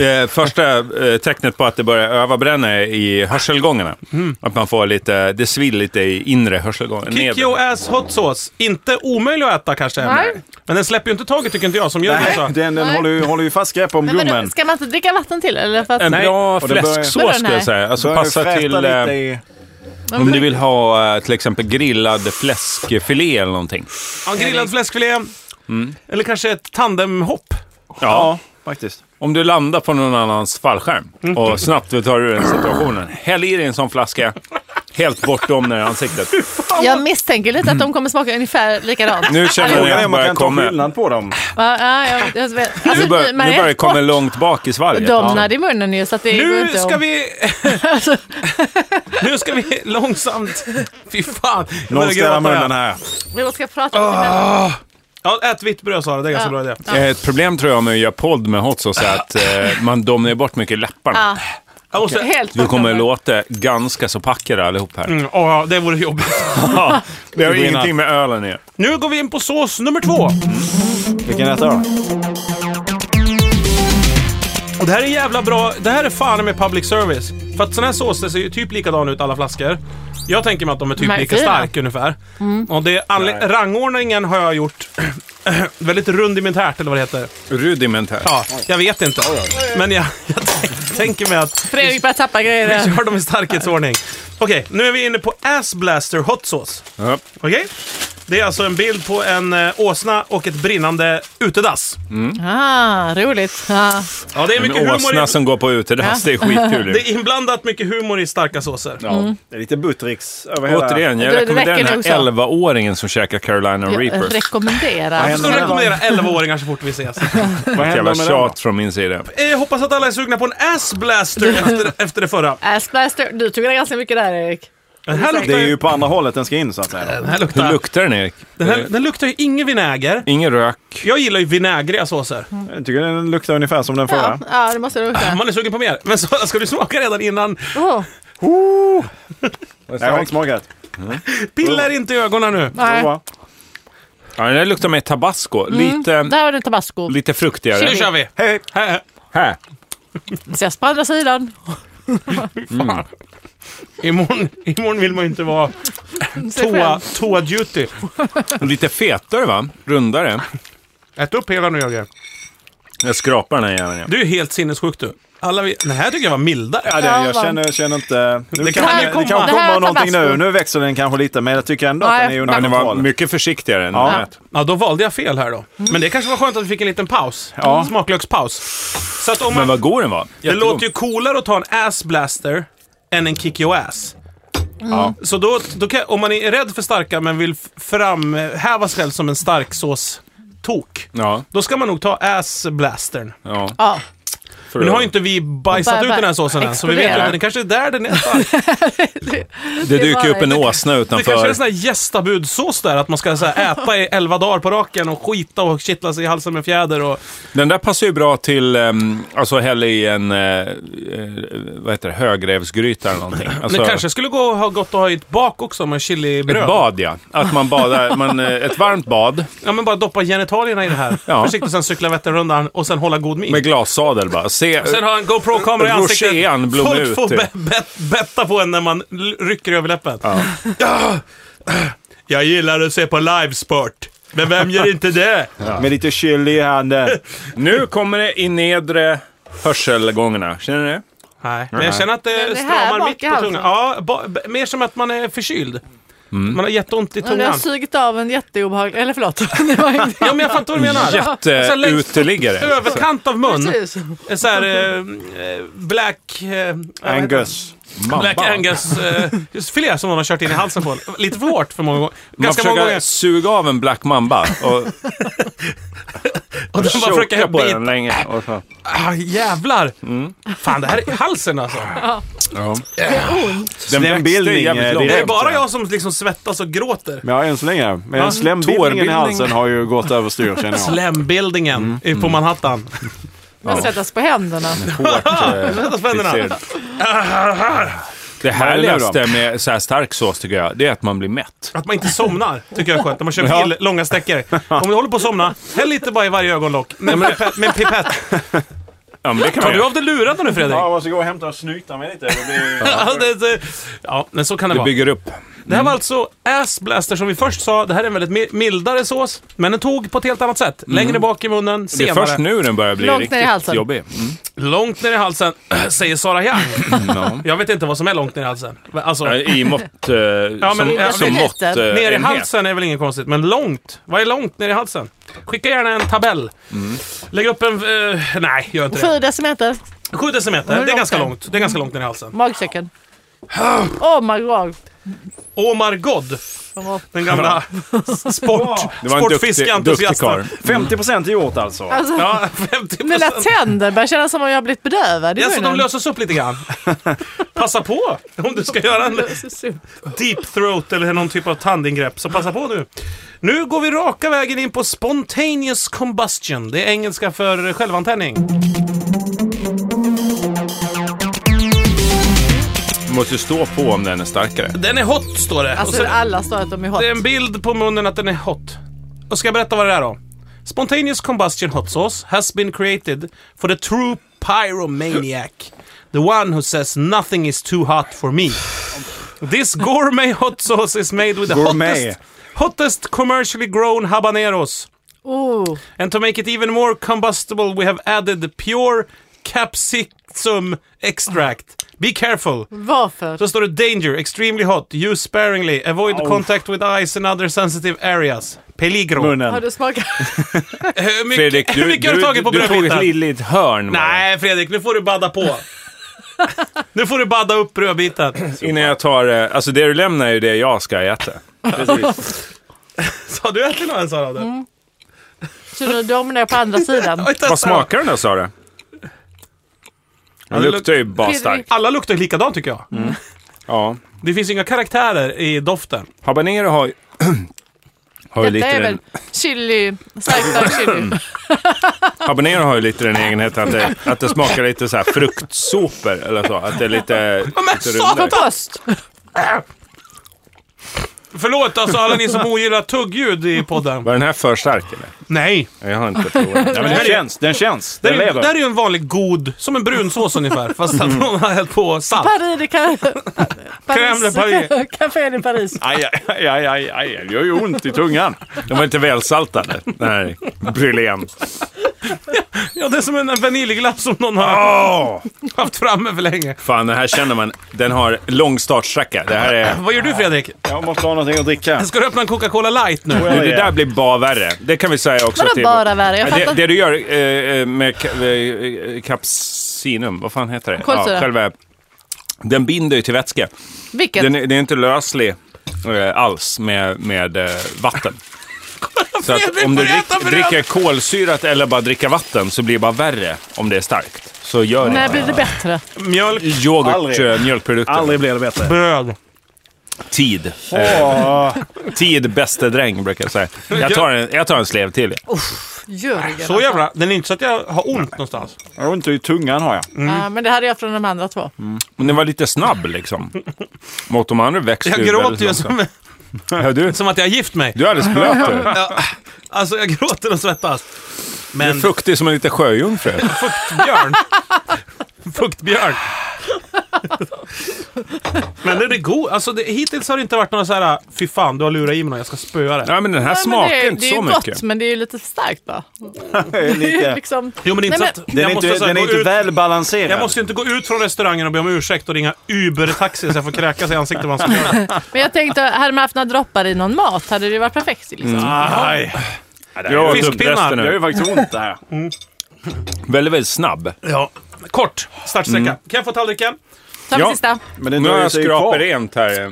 [SPEAKER 2] Eh, första eh, tecknet på att det börjar överbränna i hörselgångarna.
[SPEAKER 4] Mm.
[SPEAKER 2] Att man får lite, det svill lite i inre hörselgången.
[SPEAKER 3] Kick
[SPEAKER 2] nedre.
[SPEAKER 3] your ass hot sauce. Inte omöjlig att äta kanske.
[SPEAKER 4] Nej.
[SPEAKER 3] Men den släpper ju inte taget tycker inte jag som Jörgen sa.
[SPEAKER 5] Nej, Alltså, den, den
[SPEAKER 4] Nej.
[SPEAKER 5] håller, ju, håller ju fast grepp om
[SPEAKER 4] Men vadå,
[SPEAKER 5] gummen.
[SPEAKER 4] ska man inte dricka vatten till? Eller för att,
[SPEAKER 2] En
[SPEAKER 3] Nej.
[SPEAKER 2] bra
[SPEAKER 5] Och det börjar-
[SPEAKER 2] fläsksås skulle jag säga. Alltså
[SPEAKER 5] Börjar
[SPEAKER 2] passa
[SPEAKER 5] fräta
[SPEAKER 2] till
[SPEAKER 5] lite
[SPEAKER 2] eh,
[SPEAKER 5] i-
[SPEAKER 2] om du vill ha eh, till exempel grillad fläskfilé eller någonting.
[SPEAKER 3] Ja, grillad fläskfilé.
[SPEAKER 4] Mm.
[SPEAKER 3] Eller kanske ett tandemhopp.
[SPEAKER 5] Ja, faktiskt.
[SPEAKER 2] Om du landar på någon annans fallskärm
[SPEAKER 5] Mm.
[SPEAKER 2] och snabbt tar du den situationen. Häll i dig en sån flaska. Helt bortom det i ansiktet.
[SPEAKER 4] jag misstänker lite att de kommer smaka ungefär likadant.
[SPEAKER 2] Nu känner
[SPEAKER 5] Frågan
[SPEAKER 2] jag
[SPEAKER 5] är
[SPEAKER 2] att
[SPEAKER 5] om man
[SPEAKER 2] börjar
[SPEAKER 5] kan ta
[SPEAKER 2] komma.
[SPEAKER 5] skillnad på dem.
[SPEAKER 4] Ja, ja, jag, jag vet. Alltså,
[SPEAKER 2] Nu börjar, nu
[SPEAKER 4] man är
[SPEAKER 2] börjar jag
[SPEAKER 4] helt
[SPEAKER 2] komma
[SPEAKER 4] bort
[SPEAKER 2] långt bak i svalget.
[SPEAKER 4] domnad i munnen ju, så att det går
[SPEAKER 3] Nu
[SPEAKER 4] inte
[SPEAKER 3] ska
[SPEAKER 4] om. Alltså.
[SPEAKER 3] vi... nu ska vi långsamt... Fy fan. jag börjar
[SPEAKER 5] Någon ställer
[SPEAKER 3] gråta
[SPEAKER 5] munnen
[SPEAKER 3] här.
[SPEAKER 5] här.
[SPEAKER 4] Vi ska prata lite med
[SPEAKER 3] Ja, ät vitt bröd Sara, det är ganska
[SPEAKER 4] Ja.
[SPEAKER 3] bra idé.
[SPEAKER 2] Eh, Ett problem tror jag med att göra podd med hot sauce är att eh, man domnar bort mycket läpparna.
[SPEAKER 4] Ja,
[SPEAKER 3] Och så,
[SPEAKER 4] helt
[SPEAKER 2] Vi kommer
[SPEAKER 4] bortom.
[SPEAKER 2] låta ganska så packade allihop här.
[SPEAKER 3] Mm, ja, det vore jobbigt.
[SPEAKER 2] Ja, det har
[SPEAKER 5] Det går
[SPEAKER 2] ingenting med ölen i.
[SPEAKER 3] Nu går vi in på sås nummer två.
[SPEAKER 5] Vilken äter då?
[SPEAKER 4] Mm.
[SPEAKER 3] Och det här är jävla bra. Det här är fan med public service. För att såna här såser ser ju typ likadana ut alla flaskor. Jag tänker mig att de är typ
[SPEAKER 4] De här är
[SPEAKER 3] lika
[SPEAKER 4] fina.
[SPEAKER 3] starka ungefär.
[SPEAKER 4] Mm.
[SPEAKER 3] Och det är anle- rangordningen har jag gjort väldigt rudimentärt eller vad det heter.
[SPEAKER 2] Rudimentärt.
[SPEAKER 3] Ja, jag vet inte. Men jag, jag tänk, tänker mig att
[SPEAKER 4] Fredrik börjar tappa grejer.
[SPEAKER 3] kör dem i starkhetsordning. Okej, nu är vi inne på Ass Blaster Hot Sauce.
[SPEAKER 2] Ja.
[SPEAKER 3] Okej? Det är alltså en bild på en eh, åsna och ett brinnande utedass.
[SPEAKER 4] Ah, roligt. Ja.
[SPEAKER 3] Ja, det är mycket
[SPEAKER 2] En
[SPEAKER 3] humor.
[SPEAKER 2] åsna
[SPEAKER 3] I,
[SPEAKER 2] som går på utedass, det är skitkul ju.
[SPEAKER 3] det är inblandat mycket humor i starka såser.
[SPEAKER 5] Det är lite buttricks över hela...
[SPEAKER 2] Återigen, jag
[SPEAKER 4] Det- det
[SPEAKER 2] rekommenderar
[SPEAKER 4] räcker
[SPEAKER 2] den här
[SPEAKER 4] nog så.
[SPEAKER 2] 11-åringen som käkar Carolina Reaper.
[SPEAKER 4] Jag rekommenderar.
[SPEAKER 5] händer?
[SPEAKER 3] Så rekommenderar 11-åringar så fort vi ses.
[SPEAKER 5] Vad
[SPEAKER 2] Ett
[SPEAKER 5] händer
[SPEAKER 2] jävla
[SPEAKER 5] med den då?
[SPEAKER 2] tjat från min sida.
[SPEAKER 3] Eh, Jag hoppas att alla är sugna på en ass blaster efter, efter det förra.
[SPEAKER 4] Assblaster, du tog det ganska mycket där Erik.
[SPEAKER 3] Den här luktar,
[SPEAKER 5] Det är
[SPEAKER 3] ju,
[SPEAKER 5] ju på andra hållet den ska in så att säga.
[SPEAKER 3] den här
[SPEAKER 2] Hur
[SPEAKER 3] luktar,
[SPEAKER 2] luktar den Erik?
[SPEAKER 3] den här, den luktar ju ingen vinäger.
[SPEAKER 2] Ingen rök.
[SPEAKER 3] Jag gillar ju vinägriga såser.
[SPEAKER 5] Jag tycker den luktar ungefär som den
[SPEAKER 4] Ja,
[SPEAKER 5] förra.
[SPEAKER 4] ja det måste du lukta.
[SPEAKER 3] Man är sugen på mer. Men Sara, ska du smaka redan innan?
[SPEAKER 4] Oh,
[SPEAKER 5] Nej, jag har inte smakat.
[SPEAKER 3] Pilla er inte i ögonen nu.
[SPEAKER 4] nej.
[SPEAKER 5] Prova.
[SPEAKER 2] Ja, den här luktar mer tabasco.
[SPEAKER 4] Där
[SPEAKER 3] ehm,
[SPEAKER 2] Lite,
[SPEAKER 4] har du tabasco.
[SPEAKER 2] lite
[SPEAKER 3] Nu
[SPEAKER 2] fruktigare.
[SPEAKER 3] kör vi.
[SPEAKER 5] Hej, hej.
[SPEAKER 3] Här, här.
[SPEAKER 2] Här.
[SPEAKER 4] Ses på andra sidan.
[SPEAKER 2] Mm.
[SPEAKER 3] Imorgon, imorgon vill man ju inte vara
[SPEAKER 4] Se
[SPEAKER 3] toa,
[SPEAKER 4] själv.
[SPEAKER 3] toa duty.
[SPEAKER 2] Lite fetare va? Rundare.
[SPEAKER 3] Ät upp hela nu Jörgen.
[SPEAKER 2] Jag skrapar den här jäveln. igen.
[SPEAKER 3] Du är helt sinnessjuk du. Alla vi, den här tycker jag var mildare.
[SPEAKER 5] Ja, det, jag
[SPEAKER 4] Ja,
[SPEAKER 5] känner, känner inte... Nu
[SPEAKER 3] Det
[SPEAKER 5] det
[SPEAKER 3] kan
[SPEAKER 5] kan,
[SPEAKER 3] ju
[SPEAKER 5] det
[SPEAKER 3] komma.
[SPEAKER 5] kan komma
[SPEAKER 4] Det här är
[SPEAKER 5] någonting
[SPEAKER 4] tabasco.
[SPEAKER 5] nu. Nu växer den kanske lite, men jag tycker ändå att
[SPEAKER 4] Nej,
[SPEAKER 5] den är
[SPEAKER 2] Ja,
[SPEAKER 5] under
[SPEAKER 2] den var
[SPEAKER 5] kontroll.
[SPEAKER 2] mycket försiktigare än
[SPEAKER 5] Ja.
[SPEAKER 2] den lät.
[SPEAKER 3] Ja, då valde jag fel här då. Men det kanske var skönt att vi fick en liten paus.
[SPEAKER 5] Ja.
[SPEAKER 3] Smaklökspaus. Så att om
[SPEAKER 2] Men
[SPEAKER 3] man,
[SPEAKER 2] vad god den var.
[SPEAKER 3] det låter ju coolare att ta en ass blaster än en kick your ass.
[SPEAKER 2] Ja.
[SPEAKER 3] Så då, då kan, om man är rädd för starka men vill f- framhäva sig själv som en stark sås tok
[SPEAKER 2] Ja,
[SPEAKER 3] då ska man nog ta ass blastern.
[SPEAKER 2] ja.
[SPEAKER 4] Ja,
[SPEAKER 2] För
[SPEAKER 3] Men nu har
[SPEAKER 2] att-
[SPEAKER 3] ju inte vi bajsat
[SPEAKER 4] Bara-
[SPEAKER 3] ut den här såsen än, så vi vet ju
[SPEAKER 4] explodera.
[SPEAKER 3] att den kanske är där den är stark.
[SPEAKER 2] det dyker
[SPEAKER 4] var-
[SPEAKER 2] upp en åsna
[SPEAKER 3] Det kanske är
[SPEAKER 2] utanför.
[SPEAKER 3] en sån här gästabudsås där, att man ska så här, äta i elva dagar på raken och skita och kittla sig i halsen med fjäder och...
[SPEAKER 2] Den där passar ju bra till, um, alltså hälla i en, eh, eh, vad heter det, högrevsgryta eller någonting. Alltså,
[SPEAKER 3] Det kanske skulle gå, ha gått att ha i ett bak också med chilibröd.
[SPEAKER 2] Ett bad ja. Att man badar, man, eh, ett varmt bad
[SPEAKER 3] Ja, men bara doppa genitalierna i det här.
[SPEAKER 2] Ja.
[SPEAKER 3] Försiktigt, sen cykla Vätternrundan och sen hålla god min.
[SPEAKER 2] med glassadel bara. Se,
[SPEAKER 3] Sen ha en GoPro-kamera i ansiktet.
[SPEAKER 2] Rochean eh, blommar
[SPEAKER 3] Folk
[SPEAKER 2] ut,
[SPEAKER 3] får
[SPEAKER 2] typ.
[SPEAKER 3] be- bet- betta på en när man l- rycker i överläppen. Ja. Jag gillar att se på livesport. Men vem gör inte det?
[SPEAKER 5] Med lite chili i handen.
[SPEAKER 2] nu kommer det i nedre hörselgångarna. Känner ni det?
[SPEAKER 3] Nej, men jag känner att det,
[SPEAKER 4] Men det här
[SPEAKER 3] stramar
[SPEAKER 4] bak
[SPEAKER 3] mitt
[SPEAKER 4] i
[SPEAKER 3] på
[SPEAKER 4] halsen.
[SPEAKER 3] tungan. Ja, ba, b- mer som att man är förkyld.
[SPEAKER 2] Mm.
[SPEAKER 3] Man har jätteont i
[SPEAKER 4] Men Jag har
[SPEAKER 3] tungan.
[SPEAKER 4] sugit av en jätteobehaglig, eller förlåt. Det var inte-
[SPEAKER 3] Ja, men jag fattar vad du menar. Så här längst-
[SPEAKER 2] Jätteuteliggare.
[SPEAKER 3] Överkant av mun.
[SPEAKER 4] Precis.
[SPEAKER 3] En sån här eh, eh, Black... Eh,
[SPEAKER 1] Angus. Mamma.
[SPEAKER 3] Black Angus eh, just filé som någon har kört in i halsen på en. Lite för hårt för många gånger.
[SPEAKER 2] Man
[SPEAKER 3] Ganska många
[SPEAKER 2] försöker
[SPEAKER 3] gånger.
[SPEAKER 2] suga av en black mamba och
[SPEAKER 3] Och den bara
[SPEAKER 2] choka
[SPEAKER 3] försöker
[SPEAKER 2] på
[SPEAKER 3] bita.
[SPEAKER 2] den Mm. länge. Och så.
[SPEAKER 3] Ah, jävlar! Fan, det här är halsen alltså.
[SPEAKER 2] Den
[SPEAKER 1] Slembildning, eh,
[SPEAKER 2] långt.
[SPEAKER 1] direkt.
[SPEAKER 3] Det är bara jag som liksom svettas och gråter.
[SPEAKER 1] Ja, än så länge. Men slembildningen
[SPEAKER 2] Tårbildning.
[SPEAKER 1] i halsen har ju gått överstyr känner jag.
[SPEAKER 3] Slembildningen mm. på Manhattan.
[SPEAKER 4] Man svettas på händerna.
[SPEAKER 2] Hårt, eh,
[SPEAKER 3] Svettas på händerna.
[SPEAKER 2] fixerad.
[SPEAKER 1] nu
[SPEAKER 2] Det
[SPEAKER 1] då?
[SPEAKER 2] härligaste med så här stark sås tycker jag, det är att man blir mätt.
[SPEAKER 3] Att man inte somnar tycker jag är skönt. När man kör
[SPEAKER 2] Ja.
[SPEAKER 3] bil, långa sträckor. Om du håller på att somna, häll lite bara i varje ögonlock. Med, en pipett, med en pipett.
[SPEAKER 2] Ja, men det kan
[SPEAKER 3] Tar
[SPEAKER 2] man
[SPEAKER 3] du
[SPEAKER 2] göra.
[SPEAKER 3] av dig lurarna nu Fredrik?
[SPEAKER 1] Ja, jag måste gå och hämta och snyta mig lite. Det blir-
[SPEAKER 3] Ja, det, det, ja men så kan det
[SPEAKER 2] Det
[SPEAKER 3] vara.
[SPEAKER 2] bygger upp.
[SPEAKER 3] Det här var alltså Ass Blaster som vi först sa. Det här är en väldigt mi- mildare sås, men den tog på ett helt annat sätt. Längre bak i munnen,
[SPEAKER 2] Mm. Det är
[SPEAKER 3] senare.
[SPEAKER 2] först nu den börjar bli
[SPEAKER 4] Långt ner i
[SPEAKER 2] riktigt
[SPEAKER 4] halsen.
[SPEAKER 2] jobbig. Mm,
[SPEAKER 3] Långt ner i halsen, säger Sara Young.
[SPEAKER 2] ja.
[SPEAKER 3] Jag vet inte vad som är långt ner i halsen. Alltså,
[SPEAKER 2] Ja, I mått... Eh,
[SPEAKER 3] men
[SPEAKER 2] som
[SPEAKER 3] jag
[SPEAKER 2] som
[SPEAKER 4] vet
[SPEAKER 2] mått, eh,
[SPEAKER 4] inte.
[SPEAKER 3] ner i
[SPEAKER 2] enhet.
[SPEAKER 3] halsen är väl inget konstigt, men långt. Vad är långt ner i halsen? Skicka gärna en tabell.
[SPEAKER 2] Mm.
[SPEAKER 3] Lägg upp en... eh, nej, gör inte det.
[SPEAKER 4] Sju decimeter,
[SPEAKER 3] 7 decimeter,
[SPEAKER 4] Hur
[SPEAKER 3] det är
[SPEAKER 4] långt
[SPEAKER 3] ganska
[SPEAKER 4] är det?
[SPEAKER 3] långt. Det är ganska långt ner i halsen.
[SPEAKER 4] magsäcken. Oh my god.
[SPEAKER 3] Omar God, den gamla sport,
[SPEAKER 2] Det var en duktig, duktig
[SPEAKER 3] sportfiskeentusiasten.
[SPEAKER 2] karl.
[SPEAKER 1] 50% i gjort alltså.
[SPEAKER 4] Alltså,
[SPEAKER 3] Ja, 50
[SPEAKER 4] mina tänder börjar kännas som om jag har blivit bedövad i
[SPEAKER 3] Ja, så de
[SPEAKER 4] munnen.
[SPEAKER 3] löses upp lite grann. Passa på om du ska göra en
[SPEAKER 4] löses upp.
[SPEAKER 3] deep throat eller någon typ av tandingrepp. Så passa på nu. Nu går vi raka vägen in på spontaneous combustion. Det är engelska för självantändning.
[SPEAKER 2] Måste stå på om den är starkare.
[SPEAKER 3] Den är hot, står det. Och
[SPEAKER 4] Alltså
[SPEAKER 3] sen,
[SPEAKER 4] alla står att de är hot.
[SPEAKER 3] det är eh, en bild på munnen att den är hot. Och ska jag berätta vad det är då? Spontaneous combustion hot sauce has been created for the true pyromaniac. The one who says nothing is too hot for me. This gourmet hot sauce is made with the
[SPEAKER 1] Gourmet.
[SPEAKER 3] hottest, hottest commercially grown habaneros.
[SPEAKER 4] Oh,
[SPEAKER 3] And to make it even more combustible we have added the pure capsicum extract. Be careful.
[SPEAKER 4] varför?
[SPEAKER 3] Så står det danger, extremely hot, use sparingly, avoid contact with eyes and other sensitive areas. Peligro.
[SPEAKER 4] Har
[SPEAKER 1] Munnen.
[SPEAKER 4] du smakat?
[SPEAKER 3] Hur mycket,
[SPEAKER 2] Fredrik,
[SPEAKER 3] hur
[SPEAKER 2] du,
[SPEAKER 3] mycket har du
[SPEAKER 2] du,
[SPEAKER 3] tagit på
[SPEAKER 2] du, du tog ett
[SPEAKER 3] brödbitar?
[SPEAKER 2] litet hörn bara.
[SPEAKER 3] Nej Fredrik, nu får du badda på. nu får du badda upp brödbiten.
[SPEAKER 2] innan jag tar... eh, Alltså det du lämnar är ju det jag ska äta.
[SPEAKER 3] Så har du ätit någon ens av det?
[SPEAKER 4] Så du domnar på andra sidan?
[SPEAKER 3] Oj, testa då.
[SPEAKER 2] Vad smakar den då sa du? Den
[SPEAKER 3] det luk-
[SPEAKER 2] luktar ju bara stark.
[SPEAKER 3] Alla luktar likadant tycker jag.
[SPEAKER 2] Mm. Ja.
[SPEAKER 3] Det finns inga karaktärer i doften.
[SPEAKER 2] Habanero har ju... har ju
[SPEAKER 4] Detta
[SPEAKER 2] lite
[SPEAKER 4] är väl
[SPEAKER 2] den,
[SPEAKER 4] chili, stark stark
[SPEAKER 3] Mm.
[SPEAKER 4] chili.
[SPEAKER 2] habanero har ju lite den egenheten att det, att det smakar lite så här fruktsoper eller så. Att det är lite... lite rundare.
[SPEAKER 4] Kompost!
[SPEAKER 3] Förlåt alltså alla ni som ogillar tuggljud i podden.
[SPEAKER 2] Var den här för stark eller?
[SPEAKER 3] Nej.
[SPEAKER 2] Jag har inte provat.
[SPEAKER 1] Ja, men den känns, den känns.
[SPEAKER 3] Det
[SPEAKER 1] Den
[SPEAKER 3] är, det
[SPEAKER 1] lever.
[SPEAKER 3] är ju en vanlig god, som en brunsås ungefär. Fast
[SPEAKER 2] Mm.
[SPEAKER 3] att någon har hällt på salt.
[SPEAKER 4] Paris, det kan...
[SPEAKER 3] Crème de Paris.
[SPEAKER 4] Cafén i Paris.
[SPEAKER 1] Aj, aj, aj, aj, aj, det gör ju ont i tungan.
[SPEAKER 2] De var inte välsaltade. Nej, brylén.
[SPEAKER 3] Ja, det är som en vaniljglass som någon har
[SPEAKER 2] Åh!
[SPEAKER 3] haft framme för länge.
[SPEAKER 2] Fan, den här känner man. Den har lång startsträcka. Det här är...
[SPEAKER 3] Vad gör du Fredrik?
[SPEAKER 1] Jag måste ha någonting att dricka.
[SPEAKER 3] Ska du öppna en Coca-Cola light nu?
[SPEAKER 2] Du, det där blir bara värre. Det kan vi säga också.
[SPEAKER 4] Vadå
[SPEAKER 2] till-
[SPEAKER 4] bara värre? Jag
[SPEAKER 2] Ja, det,
[SPEAKER 4] fattar
[SPEAKER 2] det
[SPEAKER 4] inte.
[SPEAKER 2] du gör eh, med ka- eh, kapsinum, vad fan heter det?
[SPEAKER 4] Kolsyra.
[SPEAKER 2] själva, den binder ju till vätska.
[SPEAKER 4] Vilket?
[SPEAKER 2] Den, är- den är inte löslig eh, alls med, med eh, vatten. Så att
[SPEAKER 3] Fredrik,
[SPEAKER 2] om du
[SPEAKER 3] får jag
[SPEAKER 2] drick,
[SPEAKER 3] äta bröd?
[SPEAKER 2] dricker kolsyrat eller bara dricker vatten så blir det bara värre om det är starkt. Så gör
[SPEAKER 4] När
[SPEAKER 2] det.
[SPEAKER 4] blir det bättre?
[SPEAKER 3] Mjölk.
[SPEAKER 2] Yoghurt,
[SPEAKER 1] Aldrig.
[SPEAKER 2] eh, mjölkprodukter.
[SPEAKER 1] Aldrig blir det bättre.
[SPEAKER 3] Bröd.
[SPEAKER 2] Tid. Eh,
[SPEAKER 1] Åh,
[SPEAKER 2] Tid bäste dräng brukar jag säga. Jag tar en, jag tar en slev till.
[SPEAKER 4] Jörgen.
[SPEAKER 3] Så jävla... Den är inte så att jag har ont någonstans.
[SPEAKER 1] jag har ont i tungan har jag.
[SPEAKER 4] Ja, men det hade jag från de andra två.
[SPEAKER 2] Men den var lite snabb liksom. Mot de andra växte
[SPEAKER 3] Jag
[SPEAKER 2] ju väldigt
[SPEAKER 3] gråter ju
[SPEAKER 2] långsamt.
[SPEAKER 3] som,
[SPEAKER 2] Ja, du,
[SPEAKER 3] som att jag har gift mig.
[SPEAKER 2] du är alldeles blöt du.
[SPEAKER 3] Ja, alltså jag gråter och svettas.
[SPEAKER 2] Du är
[SPEAKER 3] Men
[SPEAKER 2] fruktig som en liten sjöjungfru.
[SPEAKER 3] fuktbjörn. Fuktbjörn. Men den är god. Alltså, det, hittills har det inte varit några så här, fy fan, du har lurat i mig något, jag ska spöa det.
[SPEAKER 2] Nej, men den här
[SPEAKER 4] men
[SPEAKER 2] smakar
[SPEAKER 4] det,
[SPEAKER 2] inte
[SPEAKER 4] det är
[SPEAKER 2] så
[SPEAKER 4] ju gott,
[SPEAKER 2] mycket.
[SPEAKER 4] men det är ju lite starkt va? Det är
[SPEAKER 5] Lite.
[SPEAKER 4] liksom...
[SPEAKER 3] Jo, men det är inte
[SPEAKER 4] Nej,
[SPEAKER 3] så
[SPEAKER 4] men-
[SPEAKER 3] att...
[SPEAKER 5] Den är
[SPEAKER 3] jag måste
[SPEAKER 5] inte,
[SPEAKER 3] så här
[SPEAKER 5] den är
[SPEAKER 3] gå
[SPEAKER 5] inte
[SPEAKER 3] ut-
[SPEAKER 5] väl
[SPEAKER 3] Jag
[SPEAKER 5] balanserad.
[SPEAKER 3] måste ju inte gå ut från restaurangen och be om ursäkt och ringa Uber-taxi så jag får kräkas i ansiktet vad han ska göra.
[SPEAKER 4] Men jag tänkte, hade man haft några droppar i någon mat hade det ju varit perfekt. Liksom.
[SPEAKER 2] Mm.
[SPEAKER 3] Nej.
[SPEAKER 2] Ja, det var
[SPEAKER 3] Fiskpinnar.
[SPEAKER 2] dubbresten
[SPEAKER 5] Det gör
[SPEAKER 2] nu.
[SPEAKER 5] ju faktiskt ont det här.
[SPEAKER 3] Mm.
[SPEAKER 2] Väldigt, väldigt snabb.
[SPEAKER 3] Ja. Kort startsträcka.
[SPEAKER 2] Mm.
[SPEAKER 3] Kan jag få tallriken?
[SPEAKER 4] Ta den
[SPEAKER 2] Ja.
[SPEAKER 4] sista.
[SPEAKER 5] Men den
[SPEAKER 2] Nu har
[SPEAKER 5] drar ju
[SPEAKER 2] jag
[SPEAKER 5] sig kvar.
[SPEAKER 2] skrapat rent här.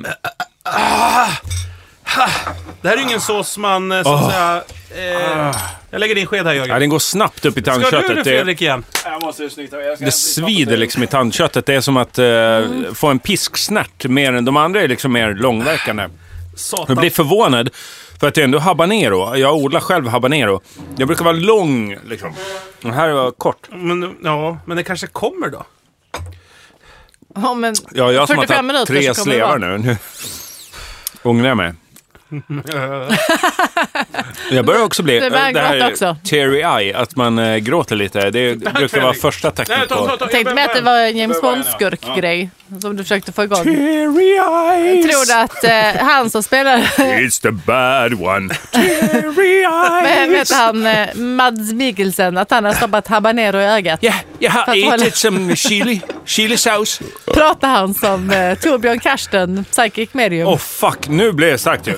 [SPEAKER 3] Det här är ju ingen sås man, eh, så att säga... Eh, jag lägger din sked här
[SPEAKER 2] Ah. Ja,
[SPEAKER 3] Jörgen.
[SPEAKER 2] den går snabbt upp i
[SPEAKER 3] Ska du nu
[SPEAKER 2] tandköttet. Det,
[SPEAKER 3] Fredrik igen?
[SPEAKER 5] Jag måste ju snyggt. jag ska-
[SPEAKER 2] det svider liksom i tandköttet. Det är som att eh, få en pisksnärt mer än de andra är liksom mer långverkande. Jag
[SPEAKER 3] Satan.
[SPEAKER 2] blir förvånad för att det är ändå habanero. Jag odlar själv habanero. Jag brukar vara lång liksom. Den här var kort.
[SPEAKER 3] Men, ja, men det kanske kommer då?
[SPEAKER 4] Ja, men
[SPEAKER 2] Ja, jag som har
[SPEAKER 4] 45
[SPEAKER 2] tagit
[SPEAKER 4] minuter
[SPEAKER 2] tre
[SPEAKER 4] så kommer det
[SPEAKER 2] slevar nu.
[SPEAKER 4] vara.
[SPEAKER 2] Nu ångrar jag mig. Jag börjar också bli...
[SPEAKER 4] Det börjar gråta också.
[SPEAKER 2] teary eye, att man eh, gråter lite. Det brukar vara första
[SPEAKER 3] Nej,
[SPEAKER 2] tecknet
[SPEAKER 3] ta, ta,
[SPEAKER 2] på...
[SPEAKER 3] ta.
[SPEAKER 4] jag tänkte mig att det var en James Bond-skurk-grej som du försökte få igång.
[SPEAKER 2] Teary eyes!
[SPEAKER 4] Jag tror att eh, han som spelar,
[SPEAKER 2] It's the bad one. Teary
[SPEAKER 4] vad
[SPEAKER 2] eyes!
[SPEAKER 4] heter han, eh, Mads Mikkelsen, att han har stoppat habanero i ögat.
[SPEAKER 2] Ja, jag
[SPEAKER 4] För
[SPEAKER 2] har
[SPEAKER 4] att hålla-
[SPEAKER 2] ätit som chili, chilisås.
[SPEAKER 4] Pratar han som eh, Torbjörn Karsten, psychic medium?
[SPEAKER 2] Åh fuck, nu blev jag starkt ju.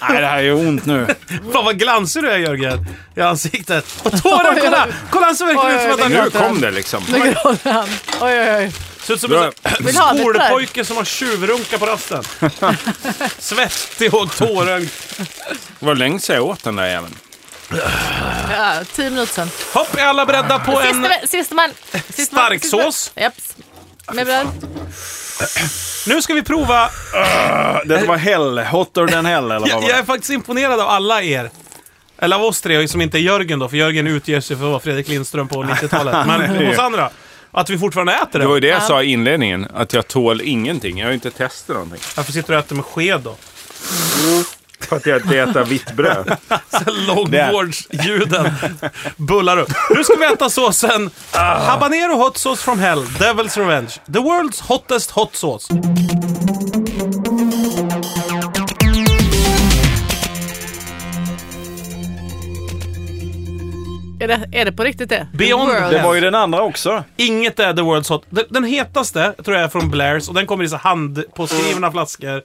[SPEAKER 5] Nej, det här gör ont nu.
[SPEAKER 3] Fan vad glansig du är Jörgen. I ansiktet. Och tårar, kolla! Kolla han ser verkligen ut som att han...
[SPEAKER 2] Nu kom det liksom.
[SPEAKER 4] Nu gråter han. Oj, oj, oj.
[SPEAKER 3] Ser ut som en
[SPEAKER 4] Vill ha lite där?
[SPEAKER 3] skolpojke som har tjuvrunka på rasten. Svettig och tårögd.
[SPEAKER 2] Det var länge sedan jag åt den där jäveln.
[SPEAKER 4] Ja, tio minuter sedan.
[SPEAKER 3] Hopp, är alla beredda på en...
[SPEAKER 4] Sista, sista man. Sista man, sista
[SPEAKER 3] Starksås.
[SPEAKER 4] man. Japp. Med bröd.
[SPEAKER 3] Nu ska vi prova.
[SPEAKER 5] Det var hell. Hotter than hell eller vad
[SPEAKER 3] Jag,
[SPEAKER 5] var
[SPEAKER 3] jag är
[SPEAKER 5] det?
[SPEAKER 3] faktiskt imponerad av alla er. Eller av oss tre, som inte är Jörgen då, för Jörgen utger sig för att vara Fredrik Lindström på 90-talet. Men oss andra. Att vi fortfarande äter
[SPEAKER 2] Det var ju
[SPEAKER 3] det.
[SPEAKER 2] det jag sa i inledningen, att jag tål ingenting. Jag har ju inte testat någonting.
[SPEAKER 3] Varför sitter du och äter med sked då?
[SPEAKER 2] För att jag inte äter vitt bröd.
[SPEAKER 3] Långvårdsljuden bullar upp. Nu ska vi äta såsen
[SPEAKER 2] Ah.
[SPEAKER 3] Habanero Hot Sauce from Hell, Devil's Revenge. The world's hottest hot sauce.
[SPEAKER 4] Är det, är det på riktigt det?
[SPEAKER 3] Beyond
[SPEAKER 4] World.
[SPEAKER 5] Det var ju den andra också.
[SPEAKER 3] Inget är The World's Hot. Den, den hetaste tror jag är från Blairs och den kommer i så
[SPEAKER 5] Mm.
[SPEAKER 3] handpåskrivna flaskor.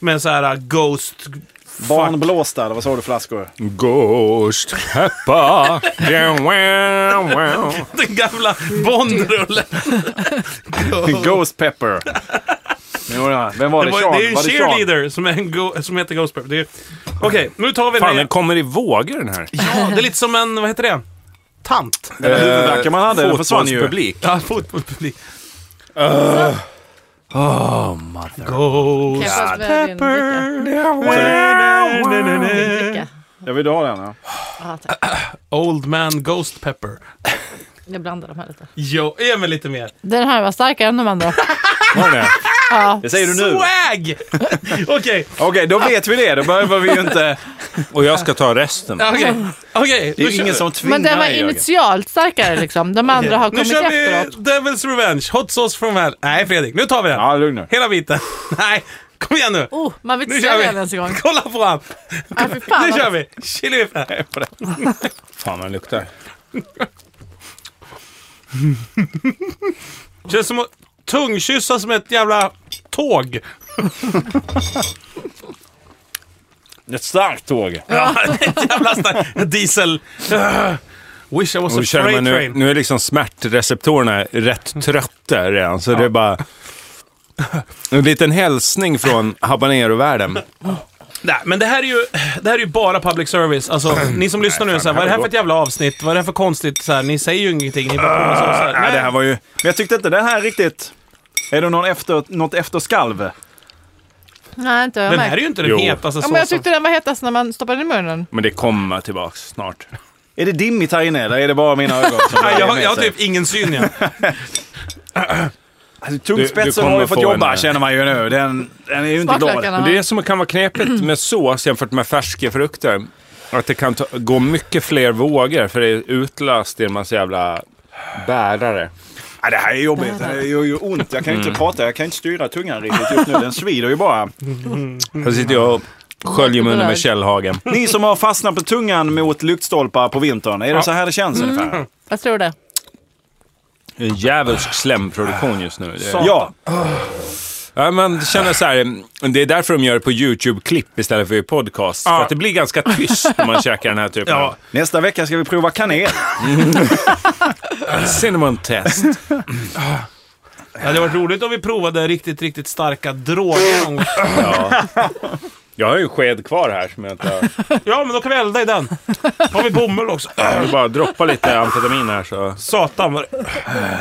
[SPEAKER 3] Med så här uh, Ghost...
[SPEAKER 5] Barnblåsta, eller vad sa du flaskor?
[SPEAKER 2] Ghost pepper. Yeah, wow, wow.
[SPEAKER 3] Den gamla Bondrullen.
[SPEAKER 5] Ghost pepper. Jo, ja. Vem var
[SPEAKER 3] Det,
[SPEAKER 5] det?
[SPEAKER 3] var,
[SPEAKER 5] Sean?
[SPEAKER 3] det är ju en
[SPEAKER 5] Var Sean?
[SPEAKER 3] cheerleader som, är en go- som heter Ghost Pepper. Det är- Okej, nu tar vi
[SPEAKER 2] Fan,
[SPEAKER 3] den.
[SPEAKER 2] den kommer i vågor den här.
[SPEAKER 3] Ja, det är lite som en, vad heter det? Tant.
[SPEAKER 5] Den där huvudvärken Eh, man hade, den försvann ju.
[SPEAKER 2] Fotbollspublik.
[SPEAKER 3] Ja, fotbollspublik. Ah. Ghost.
[SPEAKER 5] Ah,
[SPEAKER 4] Okej, fast med din dricka. Din dricka.
[SPEAKER 5] Jag vill ha den. Ja.
[SPEAKER 4] Ja, tack.
[SPEAKER 3] Old man Ghost Pepper.
[SPEAKER 4] Jag blandar de här lite.
[SPEAKER 3] Jo, ge mig lite mer.
[SPEAKER 4] Den här var starkare än de andra.
[SPEAKER 2] Var det?
[SPEAKER 5] Det säger du nu.
[SPEAKER 3] Swag! Okej,
[SPEAKER 5] Okej, då vet vi det. Då behöver vi ju inte...
[SPEAKER 2] Och jag ska ta resten.
[SPEAKER 3] okej. Okej,
[SPEAKER 5] Det
[SPEAKER 3] nu kör
[SPEAKER 5] är ingen
[SPEAKER 3] vi.
[SPEAKER 5] som tvingar
[SPEAKER 4] Men den var
[SPEAKER 5] dig, Jörgen.
[SPEAKER 4] initialt starkare liksom. De andra har
[SPEAKER 3] Nu
[SPEAKER 4] kommit
[SPEAKER 3] kör vi
[SPEAKER 4] efteråt.
[SPEAKER 3] Devil's Revenge, Hot Sauce from Hell. Nej Fredrik, nu tar vi den.
[SPEAKER 5] Ja, lugn nu.
[SPEAKER 3] Hela biten. Nej, kom igen nu.
[SPEAKER 4] Oh, man vill
[SPEAKER 3] Nu
[SPEAKER 4] inte
[SPEAKER 3] kör vi.
[SPEAKER 4] svälja den ens en gång.
[SPEAKER 3] Kolla på han.
[SPEAKER 4] Ah, fy fan,
[SPEAKER 3] Nu
[SPEAKER 4] vad-
[SPEAKER 3] kör vi. Chilififfla.
[SPEAKER 2] Fan, den luktar.
[SPEAKER 3] Känns som att tungkyssa som ett jävla tåg.
[SPEAKER 5] Ett starkt tåg.
[SPEAKER 3] Ja, ett jävla starkt diesel. Ugh. Wish I was a
[SPEAKER 2] Och känner
[SPEAKER 3] freight
[SPEAKER 2] man nu,
[SPEAKER 3] train.
[SPEAKER 2] nu är liksom smärtreceptorerna rätt trötta redan, så det är bara... En liten hälsning från habanero-världen.
[SPEAKER 3] Nej, men det här, är ju, det här är ju bara public service. Alltså, ni som lyssnar nu är så här, vad är det här för ett jävla avsnitt? Vad är det här för konstigt? Så här, ni säger ju ingenting, ni bara kommer så här.
[SPEAKER 2] Ah, Nej, det här var ju...
[SPEAKER 5] Men jag tyckte inte den här riktigt... Är det någon efter, något efterskalv?
[SPEAKER 4] Nej, inte vad jag
[SPEAKER 3] Den här är
[SPEAKER 4] märkt.
[SPEAKER 3] ju inte den
[SPEAKER 2] Jo.
[SPEAKER 3] hetaste
[SPEAKER 4] Ja, men jag
[SPEAKER 3] såsen.
[SPEAKER 4] tyckte den var hetast när man stoppade den i munnen.
[SPEAKER 2] Men det kommer tillbaks snart.
[SPEAKER 5] Är det dimmigt här inne eller är det bara mina ögon som
[SPEAKER 3] Nej, jag,
[SPEAKER 5] bär
[SPEAKER 3] har-
[SPEAKER 5] med
[SPEAKER 3] jag har
[SPEAKER 5] sig?
[SPEAKER 3] typ ingen syn igen.
[SPEAKER 5] Alltså,
[SPEAKER 2] Du- du
[SPEAKER 5] Tungspetsen
[SPEAKER 2] kommer
[SPEAKER 5] har ju fått
[SPEAKER 2] få
[SPEAKER 5] jobba
[SPEAKER 2] en-
[SPEAKER 5] känner man ju nu. Den, den är ju inte glad.
[SPEAKER 4] Smaklökarna.
[SPEAKER 2] Men det är som kan vara knepigt med sås jämfört med färska frukter. Att det kan ta, gå mycket fler vågor för det är utlöst i en massa jävla bärare.
[SPEAKER 5] Ja, det här är jobbigt. Det här gör ju ont. Jag kan ju inte prata. Jag kan inte styra tungan riktigt just nu. Den svider ju bara.
[SPEAKER 2] Här sitter jag och sköljer munnen med Kjellhagen.
[SPEAKER 5] Ni som har fastnat på tungan mot lyktstolpar på vintern. Är det så här det känns ungefär?
[SPEAKER 4] Jag tror det.
[SPEAKER 2] En djävulsk slemproduktion just nu. Det är...
[SPEAKER 5] Ja.
[SPEAKER 2] Ja, man känner så här, det är därför de gör det på YouTube-klipp istället för i podcast. För att det blir ganska tyst när man käkar den här typen
[SPEAKER 3] Ja.
[SPEAKER 2] av
[SPEAKER 5] Nästa vecka ska vi prova kanel.
[SPEAKER 2] cinnamon test.
[SPEAKER 3] Det hade varit roligt om vi provade riktigt, riktigt starka droger någon gång.
[SPEAKER 2] Jag har ju en sked kvar här som jag inte har...
[SPEAKER 3] Ja, men då kan vi elda i den. Har vi bomull också?
[SPEAKER 2] Jag vill bara droppa lite amfetamin här så...
[SPEAKER 3] Satan vad det...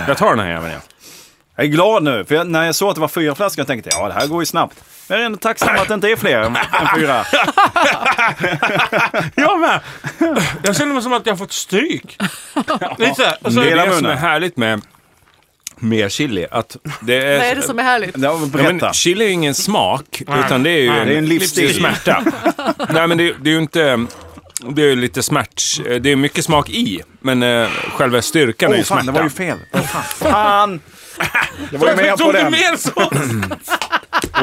[SPEAKER 2] Jag tar den här jäveln igen.
[SPEAKER 5] Jag är glad nu, för jag, när jag såg att det var fyra flaskor jag tänkte ja, det här går ju snabbt. Men jag är ändå tacksam att det inte är fler än än fyra.
[SPEAKER 3] Jag med! Jag känner mig som att jag har fått stryk. Lite så här. Och så-
[SPEAKER 2] Det är
[SPEAKER 5] Dela
[SPEAKER 2] det som är
[SPEAKER 5] munnen.
[SPEAKER 2] härligt med, med chili. Att det är,
[SPEAKER 4] Vad är det som är
[SPEAKER 5] Ja,
[SPEAKER 4] härligt?
[SPEAKER 5] men
[SPEAKER 2] Ja, men
[SPEAKER 5] berätta.
[SPEAKER 2] chili är ju ingen smak, utan det är ju
[SPEAKER 5] det är en livsstil.
[SPEAKER 2] det är smärta. Nej, men det, det är ju inte... Det är ju lite smärt... Det är mycket smak i, men eh, själva styrkan är
[SPEAKER 5] Åh
[SPEAKER 2] ju
[SPEAKER 5] fan,
[SPEAKER 2] smärta.
[SPEAKER 5] det var ju fel. Åh, fan. fan! Jag var ju
[SPEAKER 3] Varför
[SPEAKER 5] med på
[SPEAKER 3] tog du
[SPEAKER 5] den.
[SPEAKER 3] mer så?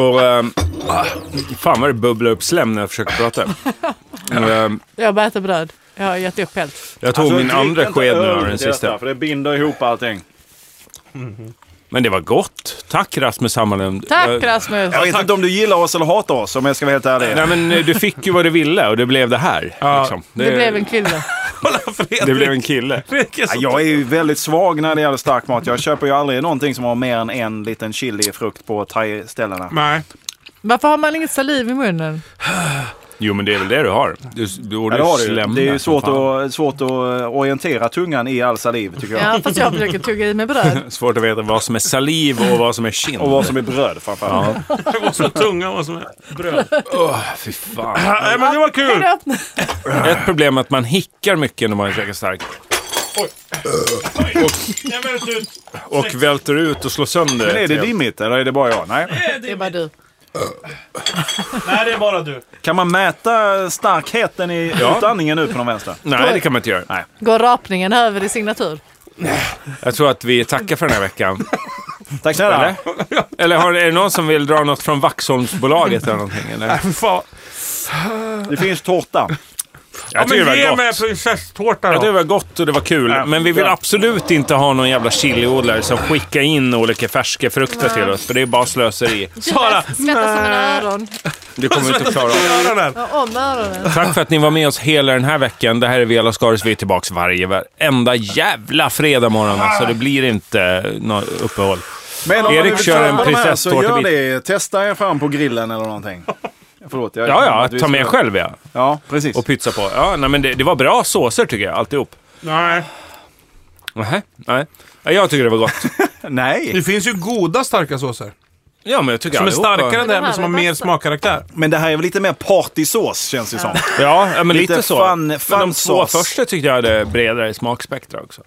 [SPEAKER 2] Och, ehm, fan vad det bubblar upp slem när jag försöker prata. Ehm,
[SPEAKER 4] Jag bara äter bröd. Jag har gett upp helt.
[SPEAKER 2] jag tog
[SPEAKER 5] Alltså,
[SPEAKER 2] min
[SPEAKER 5] drick
[SPEAKER 2] andra
[SPEAKER 5] inte
[SPEAKER 2] sked nu
[SPEAKER 5] öl
[SPEAKER 2] av den
[SPEAKER 5] till detta,
[SPEAKER 2] sista.
[SPEAKER 5] För det binder ihop allting.
[SPEAKER 2] Men det var gott. Tack Rasmus Hammarlund. Eh,
[SPEAKER 4] Tack
[SPEAKER 2] Jag-
[SPEAKER 4] Rasmus!
[SPEAKER 5] Jag vet inte om du gillar oss eller hatar oss om jag ska vara helt ärlig.
[SPEAKER 2] Nej men eh, du fick ju vad du ville och det blev det här. liksom.
[SPEAKER 4] Det blev en kille.
[SPEAKER 3] Kolla Fredrik.
[SPEAKER 2] det blev en kille.
[SPEAKER 3] Fredrik är
[SPEAKER 5] Ja,
[SPEAKER 3] så...
[SPEAKER 5] Jag är ju väldigt svag när det gäller stark mat. Jag köper ju aldrig någonting som har mer än en liten chilifrukt på thai-ställena.
[SPEAKER 3] Nej.
[SPEAKER 4] Varför har man inget saliv i munnen?
[SPEAKER 2] Jo men det är väl det du har. Du s- du borde
[SPEAKER 5] Ja, det, har du. ju.
[SPEAKER 2] slämna
[SPEAKER 5] det är ju
[SPEAKER 2] som
[SPEAKER 5] svårt
[SPEAKER 2] fan.
[SPEAKER 5] att, svårt att eh, orientera tungan i all saliv tycker jag.
[SPEAKER 4] Ja, fast jag försöker tugga i mig bröd.
[SPEAKER 2] Svårt att veta vad som är saliv och vad som är kind.
[SPEAKER 5] Och vad som är bröd framförallt.
[SPEAKER 3] Det var som tunga och vad som är bröd.
[SPEAKER 2] Åh, fy fan.
[SPEAKER 3] Nej, men det var kul!
[SPEAKER 2] Ett problem är att man hickar mycket när man käkar starkt.
[SPEAKER 3] Jag välte ut.
[SPEAKER 2] Och välter ut och slår sönder.
[SPEAKER 5] Men är det
[SPEAKER 2] ett helt-
[SPEAKER 5] dimmigt eller är det bara jag? Nej.
[SPEAKER 4] Det är bara du.
[SPEAKER 3] Nej, det är bara du.
[SPEAKER 5] Kan man mäta starkheten i
[SPEAKER 2] Ja.
[SPEAKER 5] utandningen nu på den vänstra?
[SPEAKER 2] Nej, det kan man inte göra.
[SPEAKER 4] Går rapningen över i signatur?
[SPEAKER 2] Jag tror att vi tackar för den här veckan.
[SPEAKER 5] Tack snälla.
[SPEAKER 2] Eller? Eller har, är det någon som vill dra något från Vaxholmsbolaget eller någonting? Eller?
[SPEAKER 3] Fy fan.
[SPEAKER 5] Det finns tårta.
[SPEAKER 2] Jag
[SPEAKER 3] Men
[SPEAKER 2] tycker det
[SPEAKER 3] ge
[SPEAKER 2] var
[SPEAKER 3] mig en
[SPEAKER 2] gott.
[SPEAKER 3] prinsesstårta
[SPEAKER 2] Jag tycker det
[SPEAKER 3] då.
[SPEAKER 2] var gott och det var kul. Men vi vill absolut inte ha någon jävla chiliodlare som skickar in olika färska frukter till oss. För det är bara slöseri.
[SPEAKER 3] Sara!
[SPEAKER 4] Svettas om en öron.
[SPEAKER 2] Det kommer vi inte att klara av.
[SPEAKER 3] Öronen.
[SPEAKER 4] Ja, Om öronen.
[SPEAKER 2] Tack för att ni var med oss hela den här veckan. Det här är Vela Skaris. Vi är tillbaka varje enda jävla fredag morgon. Så det blir inte något uppehåll.
[SPEAKER 5] Men
[SPEAKER 2] Erik
[SPEAKER 5] man nu vill
[SPEAKER 2] kör en
[SPEAKER 5] testa de här Så gör
[SPEAKER 2] prinsesstårtebit.
[SPEAKER 5] det. Testa er fram på grillen eller någonting. Förlåt. Jag,
[SPEAKER 2] Ja, ja, ta med själv ja.
[SPEAKER 5] Ja, precis.
[SPEAKER 2] Och pytsa på. Ja, nej, men det, det var bra såser tycker jag, alltihop.
[SPEAKER 3] Nej.
[SPEAKER 2] Nej, nej. Ja, Jag tycker det var gott.
[SPEAKER 5] Nej,
[SPEAKER 3] Det finns ju goda starka såser.
[SPEAKER 2] Ja, men jag tycker
[SPEAKER 3] Som är
[SPEAKER 2] allihopa.
[SPEAKER 3] starkare än det här men som har mer smakkaraktär.
[SPEAKER 5] men det här är väl lite mer partysås känns det som.
[SPEAKER 2] Ja, ja, men lite,
[SPEAKER 5] Lite
[SPEAKER 2] så.
[SPEAKER 5] fun-
[SPEAKER 2] men de två
[SPEAKER 5] funsås.
[SPEAKER 2] första tyckte jag hade bredare smakspektra också.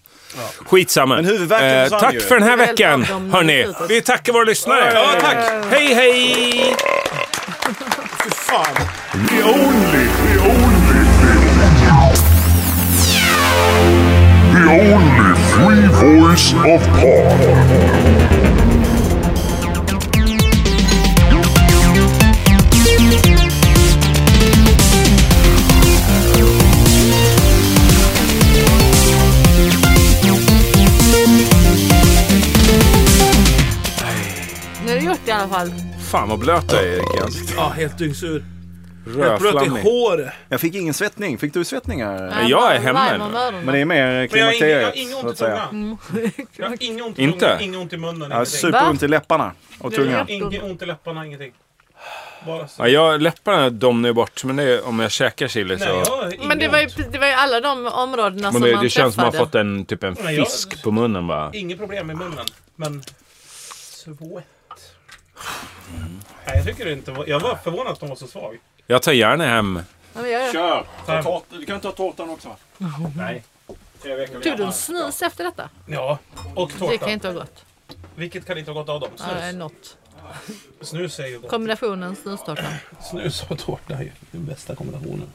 [SPEAKER 2] Skitsamma. Eh,
[SPEAKER 5] Men huvudvärken försvann
[SPEAKER 2] tack
[SPEAKER 5] ju.
[SPEAKER 2] för den här
[SPEAKER 4] Väl
[SPEAKER 2] veckan,
[SPEAKER 4] bakom
[SPEAKER 2] hörni.
[SPEAKER 4] slutet.
[SPEAKER 2] Vi tackar våra lyssnare.
[SPEAKER 3] Ja, tack.
[SPEAKER 2] Hej, hej!
[SPEAKER 6] the only free voice of Pod.
[SPEAKER 4] Nu är det gjort i alla fall.
[SPEAKER 2] Fan vad blöt du är, Erik.
[SPEAKER 3] Ja, helt dyngsur. Bröt i
[SPEAKER 2] Rödflammig.
[SPEAKER 3] håret.
[SPEAKER 5] Jag fick ingen svettning. Fick du svettningar?
[SPEAKER 2] Men jag är hemma
[SPEAKER 4] Varm
[SPEAKER 2] nu.
[SPEAKER 4] om öronen.
[SPEAKER 5] Men det är mer
[SPEAKER 3] Men jag har ing- jag har
[SPEAKER 5] klimakteriet.
[SPEAKER 3] inget
[SPEAKER 5] så
[SPEAKER 3] ont i
[SPEAKER 5] att säga.
[SPEAKER 3] tungan.
[SPEAKER 4] Mm.
[SPEAKER 3] Jag har inget ont i
[SPEAKER 2] Inte?
[SPEAKER 3] tungan, inget ont i munnen,
[SPEAKER 5] Jag har
[SPEAKER 3] ingenting.
[SPEAKER 5] superont i läpparna och tungan.
[SPEAKER 3] Inget ont i läpparna, ingenting. Bara så.
[SPEAKER 2] Ja, jag, läpparna domnar ju bort, men det är, om jag käkar chili så...
[SPEAKER 3] Nej, jag har inget
[SPEAKER 4] Men det var, ju,
[SPEAKER 3] ont.
[SPEAKER 4] det var ju alla de områdena
[SPEAKER 2] men
[SPEAKER 4] som
[SPEAKER 2] det,
[SPEAKER 4] man
[SPEAKER 2] det känns som att man
[SPEAKER 4] träffade.
[SPEAKER 2] har fått en, typ en
[SPEAKER 3] Men jag-
[SPEAKER 2] fisk på munnen bara.
[SPEAKER 3] Inget problem i munnen, men svårt. Nej, jag tycker det inte var... Jag var förvånad att de var så svag.
[SPEAKER 2] Jag tar gärna hem...
[SPEAKER 4] Ja, men jag-
[SPEAKER 5] Kör! Ta tårt- Du kan ta tårtan också va? Nej. Tre veckor
[SPEAKER 4] Tog du en snus efter detta?
[SPEAKER 3] Ja, och
[SPEAKER 4] Det kan
[SPEAKER 3] tårta.
[SPEAKER 4] ju inte ha gått.
[SPEAKER 3] Vilket kan inte ha gått av dem?
[SPEAKER 4] Ja, det är
[SPEAKER 3] Snus.
[SPEAKER 4] något.
[SPEAKER 3] Snus är ju gott.
[SPEAKER 4] Kombinationen snustårta.
[SPEAKER 3] Snus och tårta är ju den bästa kombinationen.